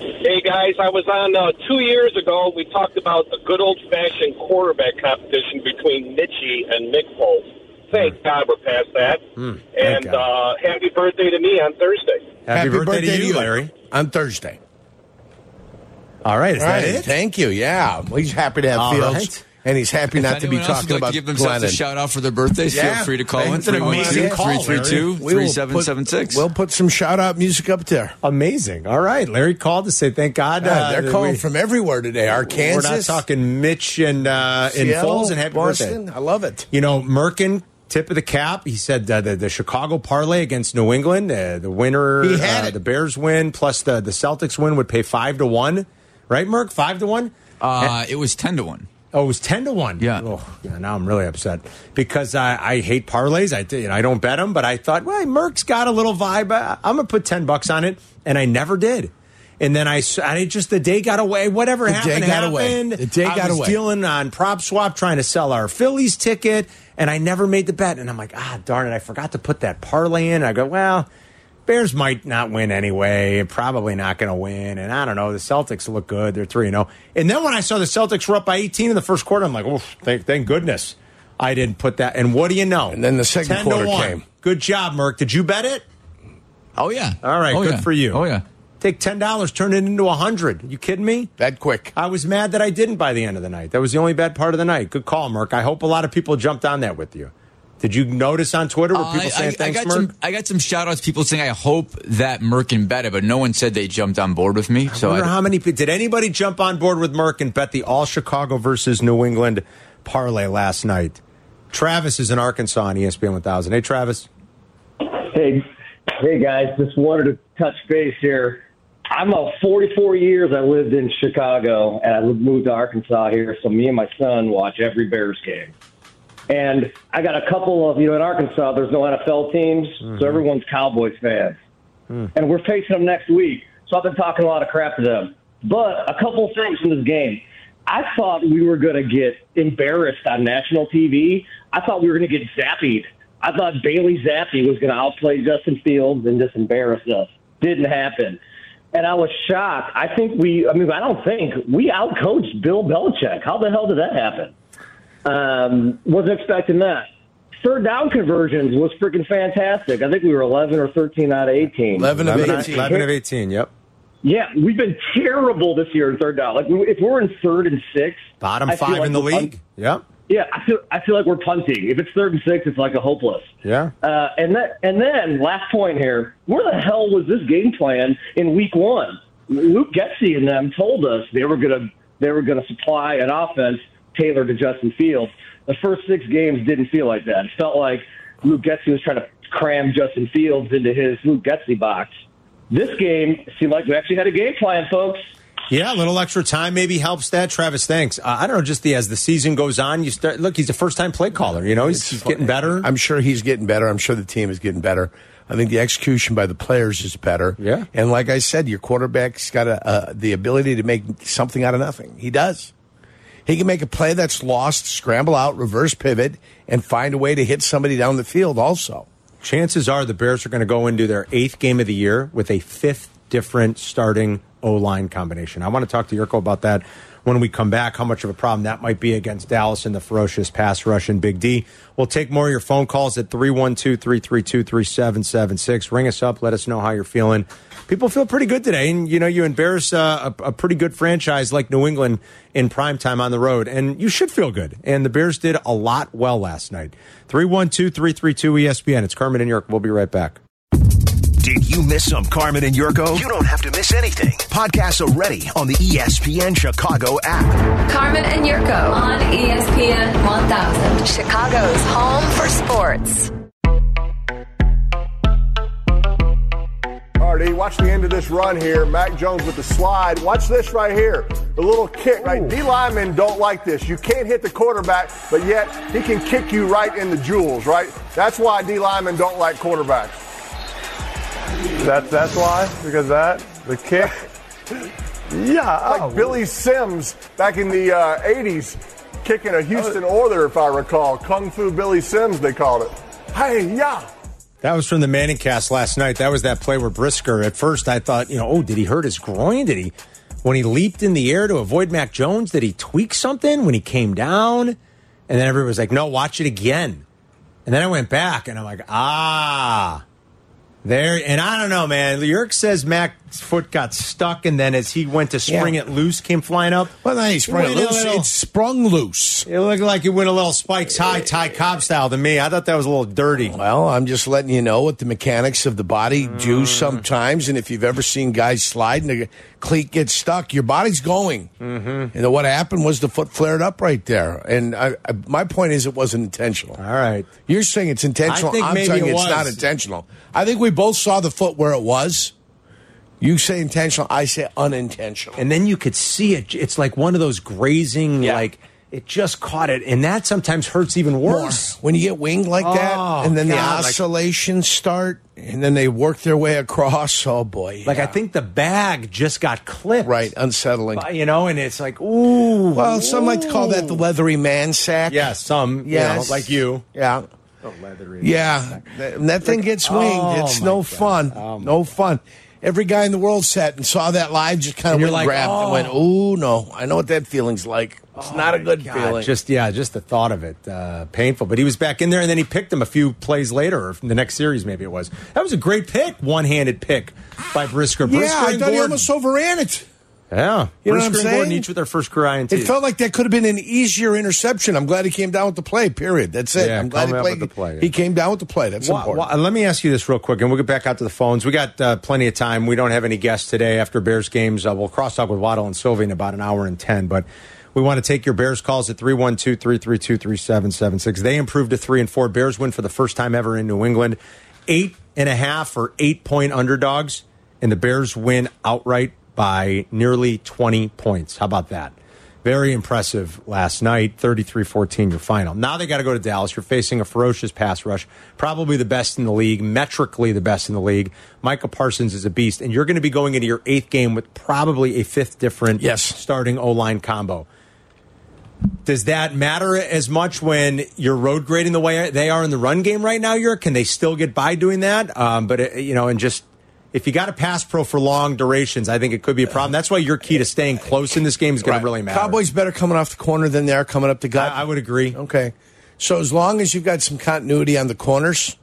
Speaker 11: Hey guys, I was on uh, two years ago. We talked about the good old fashioned quarterback competition between Mitchie and Nick Foles. Thank God we're past that.
Speaker 3: Hmm. thank
Speaker 11: and
Speaker 3: God.
Speaker 11: uh, happy birthday to me on Thursday.
Speaker 3: Happy, birthday, to you, Larry.
Speaker 5: On Thursday.
Speaker 3: All right, is
Speaker 5: All
Speaker 3: that
Speaker 5: right,
Speaker 3: it?
Speaker 5: Thank you. Yeah. Well, he's happy to have
Speaker 3: All
Speaker 5: Fields.
Speaker 3: right.
Speaker 5: and he's happy
Speaker 7: If
Speaker 5: not to be
Speaker 7: anyone else would
Speaker 5: talking
Speaker 7: like
Speaker 5: about
Speaker 7: to give themselves
Speaker 5: Glennon.
Speaker 7: a shout out for their birthdays, feel free to call in.
Speaker 5: It's an amazing
Speaker 7: 312-332-3776.
Speaker 5: call, Larry. We will put- We'll put some shout out music up there.
Speaker 3: Amazing. All right. Larry called to say thank God.
Speaker 5: Yeah, Uh, they're
Speaker 3: that
Speaker 5: calling from everywhere today. Arkansas,
Speaker 3: Uh, We're not talking Mitch and uh, and
Speaker 5: Seattle,
Speaker 3: Foles and happy
Speaker 5: Boston.
Speaker 3: birthday.
Speaker 5: I love it.
Speaker 3: You know, Merkin, tip of the cap. He said uh, the, the Chicago parlay against New England, uh, the winner,
Speaker 5: He had
Speaker 3: uh,
Speaker 5: it.
Speaker 3: the Bears win plus the, the Celtics win would pay five to one, right, Merck? Five to one.
Speaker 7: Uh, it was ten to one.
Speaker 3: Oh, it was ten to one. Yeah. Oh, yeah. Now I'm really upset because I, I hate parlays. I did. I don't bet them, but I thought, well, Merck's got a little vibe. I, I'm gonna put ten bucks on it, and I never did. And then I, s- I just the day got away. Whatever
Speaker 5: The day
Speaker 3: happened
Speaker 5: got away.
Speaker 3: happened.
Speaker 5: The day
Speaker 3: I
Speaker 5: got
Speaker 3: was
Speaker 5: away.
Speaker 3: dealing on prop swap, trying to sell our Phillies ticket, and I never made the bet. And I'm like, ah, darn it, I forgot to put that parlay in. I go, well, Bears might not win anyway. Probably not going to win. And I don't know. The Celtics look good. They're 3 0. And then when I saw the Celtics were up by 18 in the first quarter, I'm like, oh, thank, thank goodness I didn't put that. And what do you know? And
Speaker 5: then the second quarter came.
Speaker 3: Good job, Merck. Did you bet it?
Speaker 7: Oh yeah.
Speaker 3: All right,
Speaker 7: Oh,
Speaker 3: good
Speaker 7: yeah.
Speaker 3: for you.
Speaker 7: Oh yeah.
Speaker 3: Take ten dollars, turn it into a hundred. You kidding me?
Speaker 5: That quick.
Speaker 3: I was mad that I didn't by the end of the night. That was the only bad part of the night. Good call, Merck. I hope a lot of people jumped on that with you. Did you notice on Twitter were
Speaker 7: Uh,
Speaker 3: people saying thanks,
Speaker 7: got
Speaker 3: Merck?
Speaker 7: Some, I got some shout outs. People saying, I hope that Merkin bet it, but no one said they jumped on board with me. So
Speaker 3: I wonder
Speaker 7: I,
Speaker 3: how many pe- did anybody jump on board with Merck and bet the all Chicago versus New England parlay last night? Travis is in Arkansas on E ESPN 1000. Hey, Travis.
Speaker 12: Hey, hey guys, just wanted to touch base here. I'm about 44 years. I lived in Chicago, and I moved to Arkansas here. So me and my son watch every Bears game. And I got a couple of you know in Arkansas. There's no NFL teams, so everyone's Cowboys fans. And we're facing them next week. So I've been talking a lot of crap to them. But a couple things in this game. I thought we were going to get embarrassed on national TV. I thought we were going to get zappied. I thought Bailey Zappi was going to outplay Justin Fields and just embarrass us. Didn't happen. And I was shocked. I think we, I mean, I don't think we outcoached Bill Belichick. How the hell did that happen? Um, wasn't expecting that. Third down conversions was freaking fantastic. I think we were 11 or 13 out of 18.
Speaker 5: 11 of 18.
Speaker 3: 11 of 18, yep.
Speaker 12: Yeah, we've been terrible this year in third down. Like, we- if we're in third and six,
Speaker 3: Bottom
Speaker 12: I feel
Speaker 3: five
Speaker 12: like
Speaker 3: in the
Speaker 12: we're punt-
Speaker 3: league. Yep.
Speaker 12: yeah, I feel I feel like we're punting. If it's third and six, it's like a hopeless.
Speaker 3: Yeah.
Speaker 12: Uh, and that, and then last point here, where the hell was this game plan in week one? Luke Getzey and them told us they were gonna they were gonna supply an offense tailored to Justin Fields. The first six games didn't feel like that. It felt like Luke Getzey was trying to cram Justin Fields into his Luke Getzey box. This game seemed like we actually had a game plan, folks.
Speaker 3: Yeah, a little extra time maybe helps that. Travis, thanks. Uh, I don't know, just the as the season goes on, you start look. He's a first time play caller. You know, he's, he's getting better.
Speaker 5: I'm sure he's getting better. I'm sure the team is getting better. I think the execution by the players is better. Yeah. And like I said, your quarterback's got a, uh, the ability to make something out of nothing. He does. He can make a play that's lost, scramble out, reverse pivot, and find a way to hit somebody down the field also.
Speaker 3: Chances are the Bears are going to go into their eighth game of the year with a fifth different starting O line combination. I want to talk to Yurko about that when we come back, how much of a problem that might be against Dallas and the ferocious pass rush and Big D. We'll take more of your phone calls at 312 332 3776. Ring us up. Let us know how you're feeling. People feel pretty good today. And, you know, you embarrass uh, a, a pretty good franchise like New England in primetime on the road. And you should feel good. And the Bears did a lot well last night. 312 332 ESPN. It's Carmen and York. We'll be right back.
Speaker 6: Did you miss some Carmen and Yurko? You don't have to miss anything. Podcasts are ready on the E ESPN Chicago app.
Speaker 8: Carmen and Yurko on E ESPN 1000, Chicago's home for sports.
Speaker 13: All right, watch the end of this run here. Mac Jones with the slide. Watch this right here. The little kick, right? D linemen don't like this. You can't hit the quarterback, but yet he can kick you right in the jewels, right? That's why D linemen don't like quarterbacks.
Speaker 14: That's that's why because that the kick. oh.
Speaker 13: Yeah. Like Billy Sims back in the uh, 80s, kicking a Houston
Speaker 14: Oh.
Speaker 13: Oiler, if I recall. Kung Fu Billy Sims, they called it. Hey, yeah.
Speaker 3: That was from the Manning cast last night. That was that play where Brisker, at first I thought, you know, oh, did he hurt his groin? Did he, when he leaped in the air to avoid Mac Jones, did he tweak something when he came down? And then everyone was like, no, watch it again. And then I went back and I'm like, ah, There and I don't know, man. Yerk says Mac's foot got stuck, and then as he went to spring
Speaker 5: Yeah.
Speaker 3: it loose, came flying up.
Speaker 5: Well, then he sprung it
Speaker 3: went a
Speaker 5: loose.
Speaker 3: little-
Speaker 5: It sprung loose.
Speaker 3: It looked like it went a little spikes high, Ty Cobb style to me. I thought that was a little dirty.
Speaker 5: Well, I'm just letting you know what the mechanics of the body
Speaker 3: Mm.
Speaker 5: do sometimes. And if you've ever seen guys slide and the cleat gets stuck, your body's going. Mm-hmm. And what happened was the foot flared up right there. And I, I, my point is, it wasn't intentional. All
Speaker 3: right.
Speaker 5: You're saying it's intentional.
Speaker 3: I think
Speaker 5: I'm
Speaker 3: maybe
Speaker 5: saying
Speaker 3: it
Speaker 5: it's
Speaker 3: was.
Speaker 5: not intentional. I think we both saw the foot where it was. You say intentional, I say unintentional.
Speaker 3: and then you could see it. It's like one of those grazing, like it just caught it, and that sometimes hurts even worse. Oh,
Speaker 5: When you get winged like that, and then the oscillations start, and then they work their way across. Oh boy!
Speaker 3: Like I think the bag just got clipped.
Speaker 5: Right, unsettling.
Speaker 3: you know, and it's like, ooh.
Speaker 5: Well, some like to call that the leathery man sack.
Speaker 3: Yeah, some. Yeah,
Speaker 5: Yes.
Speaker 3: like you.
Speaker 5: Yeah.
Speaker 3: Oh, leathery.
Speaker 5: Yeah, that, and that thing gets winged.
Speaker 3: Oh,
Speaker 5: it's
Speaker 3: my
Speaker 5: no fun. no fun. Every guy in the world sat and saw that live, just kind
Speaker 3: And you're
Speaker 5: of went
Speaker 3: like,
Speaker 5: and grabbed
Speaker 3: oh.
Speaker 5: and went, "Ooh, no! I know what that feeling's like. It's not a good
Speaker 3: God,
Speaker 5: feeling."
Speaker 3: Just yeah, just the thought of it, uh, painful. But he was back in there, and then he picked him a few plays later, or the next series maybe it was. That was a great pick, one-handed pick by Brisker.
Speaker 5: yeah,
Speaker 3: Brisker
Speaker 5: I thought
Speaker 3: and
Speaker 5: he
Speaker 3: Gordon.
Speaker 5: almost overran it.
Speaker 3: yeah,
Speaker 5: You
Speaker 3: Brisker
Speaker 5: know what I'm
Speaker 3: and Gordon
Speaker 5: saying?
Speaker 3: each with their first career INT.
Speaker 5: It felt like that could have been an easier interception. I'm glad he came down with the play. Period. That's it.
Speaker 3: Yeah,
Speaker 5: I'm glad
Speaker 3: come
Speaker 5: he
Speaker 3: out
Speaker 5: played.
Speaker 3: with the play.
Speaker 5: He came down with the play. That's
Speaker 3: Wha-
Speaker 5: important.
Speaker 3: wha- let me ask you this real quick, and we'll get back out to the phones. We got uh, plenty of time. We don't have any guests today after Bears games. Uh, we'll crosstalk with Waddle and Sylvie in about an hour and 10, but we want to take your Bears calls at 312 332 3776. They improved to 3 and 4. Bears win for the first time ever in New England. Eight and a half or eight point underdogs, and the Bears win outright by nearly 20 points. How about that? Very impressive last night, 33 14, your final. Now they got to go to Dallas. You're facing a ferocious pass rush, probably the best in the league, metrically the best in the league. Michael Parsons is a beast, and you're going to be going into your eighth game with probably a fifth different yes. starting O line combo. Does that matter as much when you're road grading the way they are in the run game right now, You're Can they still get by doing that? Um, but, it, you know, and just. If you got a pass pro for long durations, I think it could be a problem. That's why your key to staying close in this game is going to really matter.
Speaker 5: Cowboys better coming off the corner than they are coming up the gut.
Speaker 3: I, I would agree.
Speaker 5: Okay. So as long as you've got some continuity on the corners,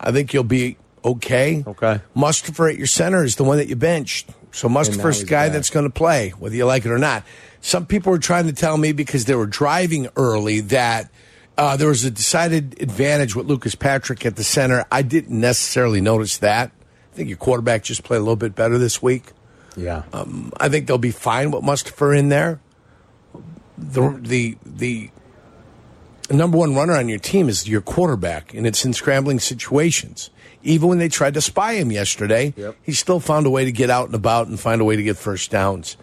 Speaker 5: I think you'll be okay. Okay. Mustafa at your center is the one that you benched. So Mustafa's
Speaker 3: he's
Speaker 5: the guy
Speaker 3: back.
Speaker 5: that's going to play, whether you like it or not. Some people were trying to tell me because they were driving early that uh, there was a decided advantage with Lucas Patrick at the center. I didn't necessarily notice that. I think your quarterback just played a little bit better this week.
Speaker 3: Yeah.
Speaker 5: Um, I think they'll be fine with Mustafa in there. The the the number one runner on your team is your quarterback, and it's in scrambling situations. Even when they tried to spy him yesterday, he still found a way to get out and about and find a way to get first downs.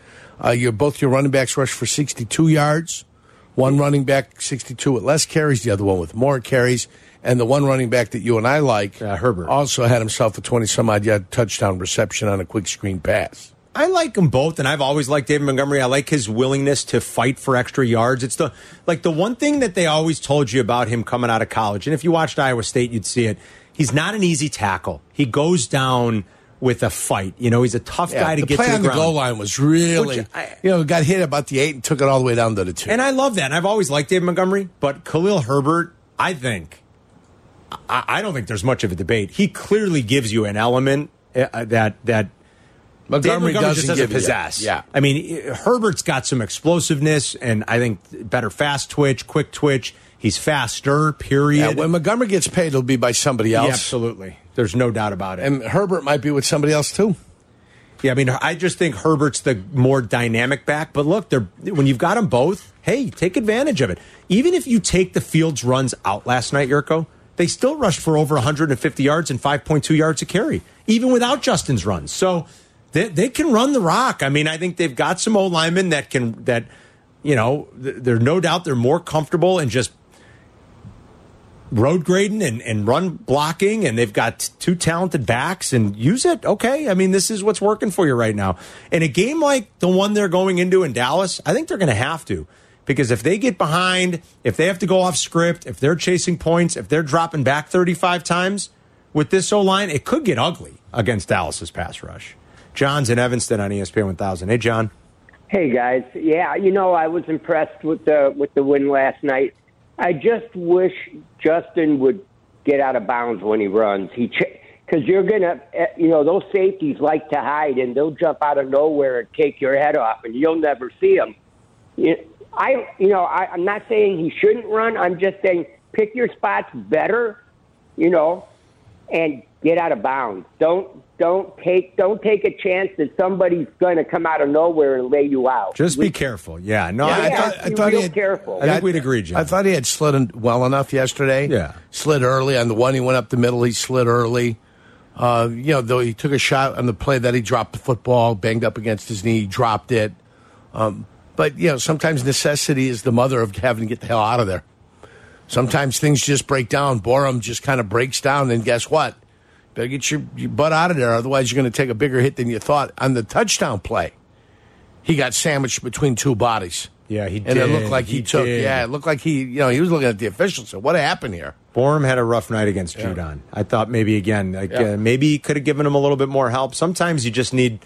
Speaker 5: Uh, your both your running backs rushed for 62 yards. One running back 62 with less carries, the other one with more carries, and the one running back that you and I like, Herbert, also had himself a 20 some odd yard touchdown reception on a quick screen pass.
Speaker 3: I like them both, and I've always liked David Montgomery. I like his willingness to fight for extra yards. It's the like the one thing that they always told you about him coming out of college, and if you watched Iowa State, you'd see it. He's not an easy tackle. He goes down with a fight. You know, he's a tough
Speaker 5: Yeah,
Speaker 3: guy to
Speaker 5: the
Speaker 3: get
Speaker 5: play
Speaker 3: to the
Speaker 5: on the
Speaker 3: ground.
Speaker 5: goal line was really,
Speaker 3: Which I-
Speaker 5: you know, got hit about the eight and took it all the way down to the two.
Speaker 3: And I love that. And I've always liked David Montgomery, but Khalil Herbert, I think, I, I don't think there's much of a debate. He clearly gives you an element uh, that that
Speaker 5: Montgomery
Speaker 3: David
Speaker 5: doesn't
Speaker 3: just doesn't
Speaker 5: give you that.
Speaker 3: possess.
Speaker 5: Yeah.
Speaker 3: I mean, i- Herbert's got some explosiveness, and I think better fast twitch, quick twitch. He's faster. Period.
Speaker 5: yeah, when Montgomery gets paid, it'll be by somebody else.
Speaker 3: Yeah, absolutely. There's no doubt about it.
Speaker 5: And Herbert might be with somebody else too.
Speaker 3: Yeah, I mean, I just think Herbert's the more dynamic back. But look, they're when you've got them both, hey, take advantage of it. Even if you take the Fields runs out last night, Yurko, they still rushed for over 150 yards and 5.2 yards a carry, even without Justin's runs. So they, they can run the rock. I mean, I think they've got some O linemen that can that you know th- they're no doubt they're more comfortable and just road grading and, and run blocking, and they've got t- two talented backs, and use it. Okay. I mean, this is what's working for you right now. In a game like the one they're going into in Dallas, I think they're going to have to. Because if they get behind, if they have to go off script, if they're chasing points, if they're dropping back 35 times with this O line, it could get ugly against Dallas's pass rush. John's in Evanston on E ESPN 1000. Hey, John.
Speaker 15: Hey guys, yeah, you know I was impressed with the with the win last night. I just wish Justin would get out of bounds when he runs. He ch- because you're gonna, eh, you know, those safeties like to hide, and they'll jump out of nowhere and take your head off, and you'll never see them. You, I, you know, I, I'm not saying he shouldn't run. I'm just saying pick your spots better, you know, and get out of bounds. Don't don't take don't take a chance that somebody's going to come out of nowhere and lay you out.
Speaker 3: Just be careful. Yeah, no,
Speaker 15: Yeah,
Speaker 3: I
Speaker 15: yeah,
Speaker 3: thought, I
Speaker 15: be
Speaker 3: thought
Speaker 15: real
Speaker 3: he had,
Speaker 15: careful.
Speaker 3: I think we'd agree, John.
Speaker 5: I thought he had slid in well enough yesterday. Yeah, slid early on the one. He went up the middle. He slid early. Uh, you know, though he took a shot on the play that he dropped the football, banged up against his knee, dropped it. Um, but you know, sometimes necessity is the mother of having to get the hell out of there. Sometimes things just break down. Borum just kind of breaks down, and guess what? Better get your, your butt out of there, otherwise you're going to take a bigger hit than you thought. On the touchdown play, he got sandwiched between two bodies.
Speaker 3: Yeah, he
Speaker 5: and
Speaker 3: did.
Speaker 5: it looked like he, took.
Speaker 3: did.
Speaker 5: Yeah, it looked like he. You know, he was looking at the officials. So what happened here?
Speaker 3: Borum had a rough night against Judon. I thought maybe again, like
Speaker 5: Yeah.
Speaker 3: uh, maybe he could have given him a little bit more help. Sometimes you just need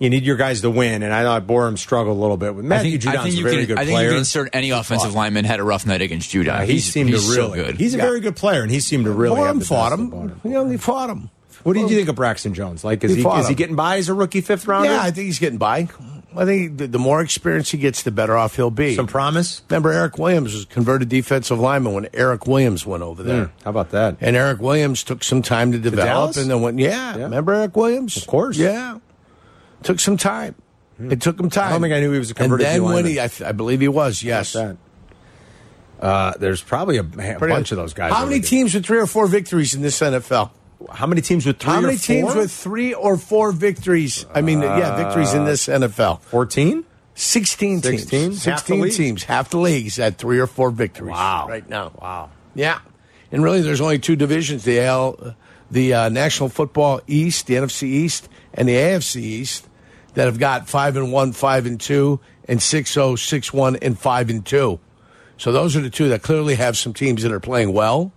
Speaker 3: you need your guys to win, and I thought Borum struggled a little bit. With Matthew Judon's a
Speaker 7: you
Speaker 3: very
Speaker 7: can,
Speaker 3: good
Speaker 7: I think
Speaker 3: player.
Speaker 7: you can insert any offensive lineman had a rough night against Judon.
Speaker 3: Yeah, he
Speaker 7: he's,
Speaker 3: seemed
Speaker 7: he's
Speaker 3: to really.
Speaker 7: so good.
Speaker 3: He's a very good player, and he seemed to really.
Speaker 5: Borum
Speaker 3: have the
Speaker 5: fought
Speaker 3: best
Speaker 5: him.
Speaker 3: of Borum.
Speaker 5: You know, he fought him.
Speaker 3: What did you think of Braxton Jones? Like, is
Speaker 5: He
Speaker 3: he,
Speaker 5: fought
Speaker 3: is he
Speaker 5: him.
Speaker 3: getting by as a rookie fifth rounder?
Speaker 5: Yeah, I think he's getting by. I think the, the more experience he gets, the better off he'll be. Some
Speaker 3: promise.
Speaker 5: Remember, Eric Williams was converted defensive lineman when Eric Williams went over there.
Speaker 3: Mm, how about that?
Speaker 5: And Eric Williams took some time to develop,
Speaker 3: Dallas?
Speaker 5: and then went. Yeah, remember Eric Williams? Of
Speaker 3: course. Hmm.
Speaker 5: Yeah, took some time. It took him time. I don't think
Speaker 3: I knew he was a
Speaker 5: And
Speaker 3: converted
Speaker 5: then
Speaker 3: D
Speaker 5: when
Speaker 3: lineman.
Speaker 5: he, I, th- I believe he was. Yes.
Speaker 3: Uh, there's probably a, a bunch of those guys.
Speaker 5: How many teams with three or four victories in this NFL?
Speaker 3: How many teams with three
Speaker 5: How
Speaker 3: or
Speaker 5: many teams
Speaker 3: four?
Speaker 5: with three or four victories? I mean, yeah, victories
Speaker 3: Uh,
Speaker 5: in this NFL.
Speaker 3: 14?
Speaker 5: 16 teams.
Speaker 3: 16? Half the
Speaker 5: 16
Speaker 3: league.
Speaker 5: teams. Half the league's at three or four victories
Speaker 3: Wow.
Speaker 5: right now.
Speaker 3: Wow.
Speaker 5: Yeah. And really, there's only two divisions the, L, the uh, National Football East, the NFC East, and the AFC East that have got 5 and 1, 5 and 2, and 6 0, 6 1, and 5 and 2. So those are the two that clearly have some teams that are playing well.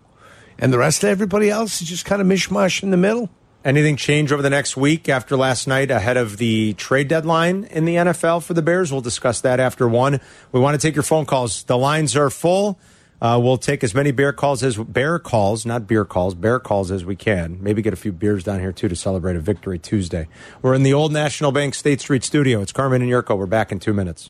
Speaker 5: And the rest of everybody else is just kind of mishmash in the middle.
Speaker 3: Anything change over the next week after last night ahead of the trade deadline in the NFL for the Bears? We'll discuss that after one. We want to take your phone calls. The lines are full. Uh, we'll take as many bear calls as bear calls, not beer calls, bear calls as we can. Maybe get a few beers down here too to celebrate a victory Tuesday. We're in the old National Bank State Street studio. It's Carmen and Yurko. We're back in two minutes.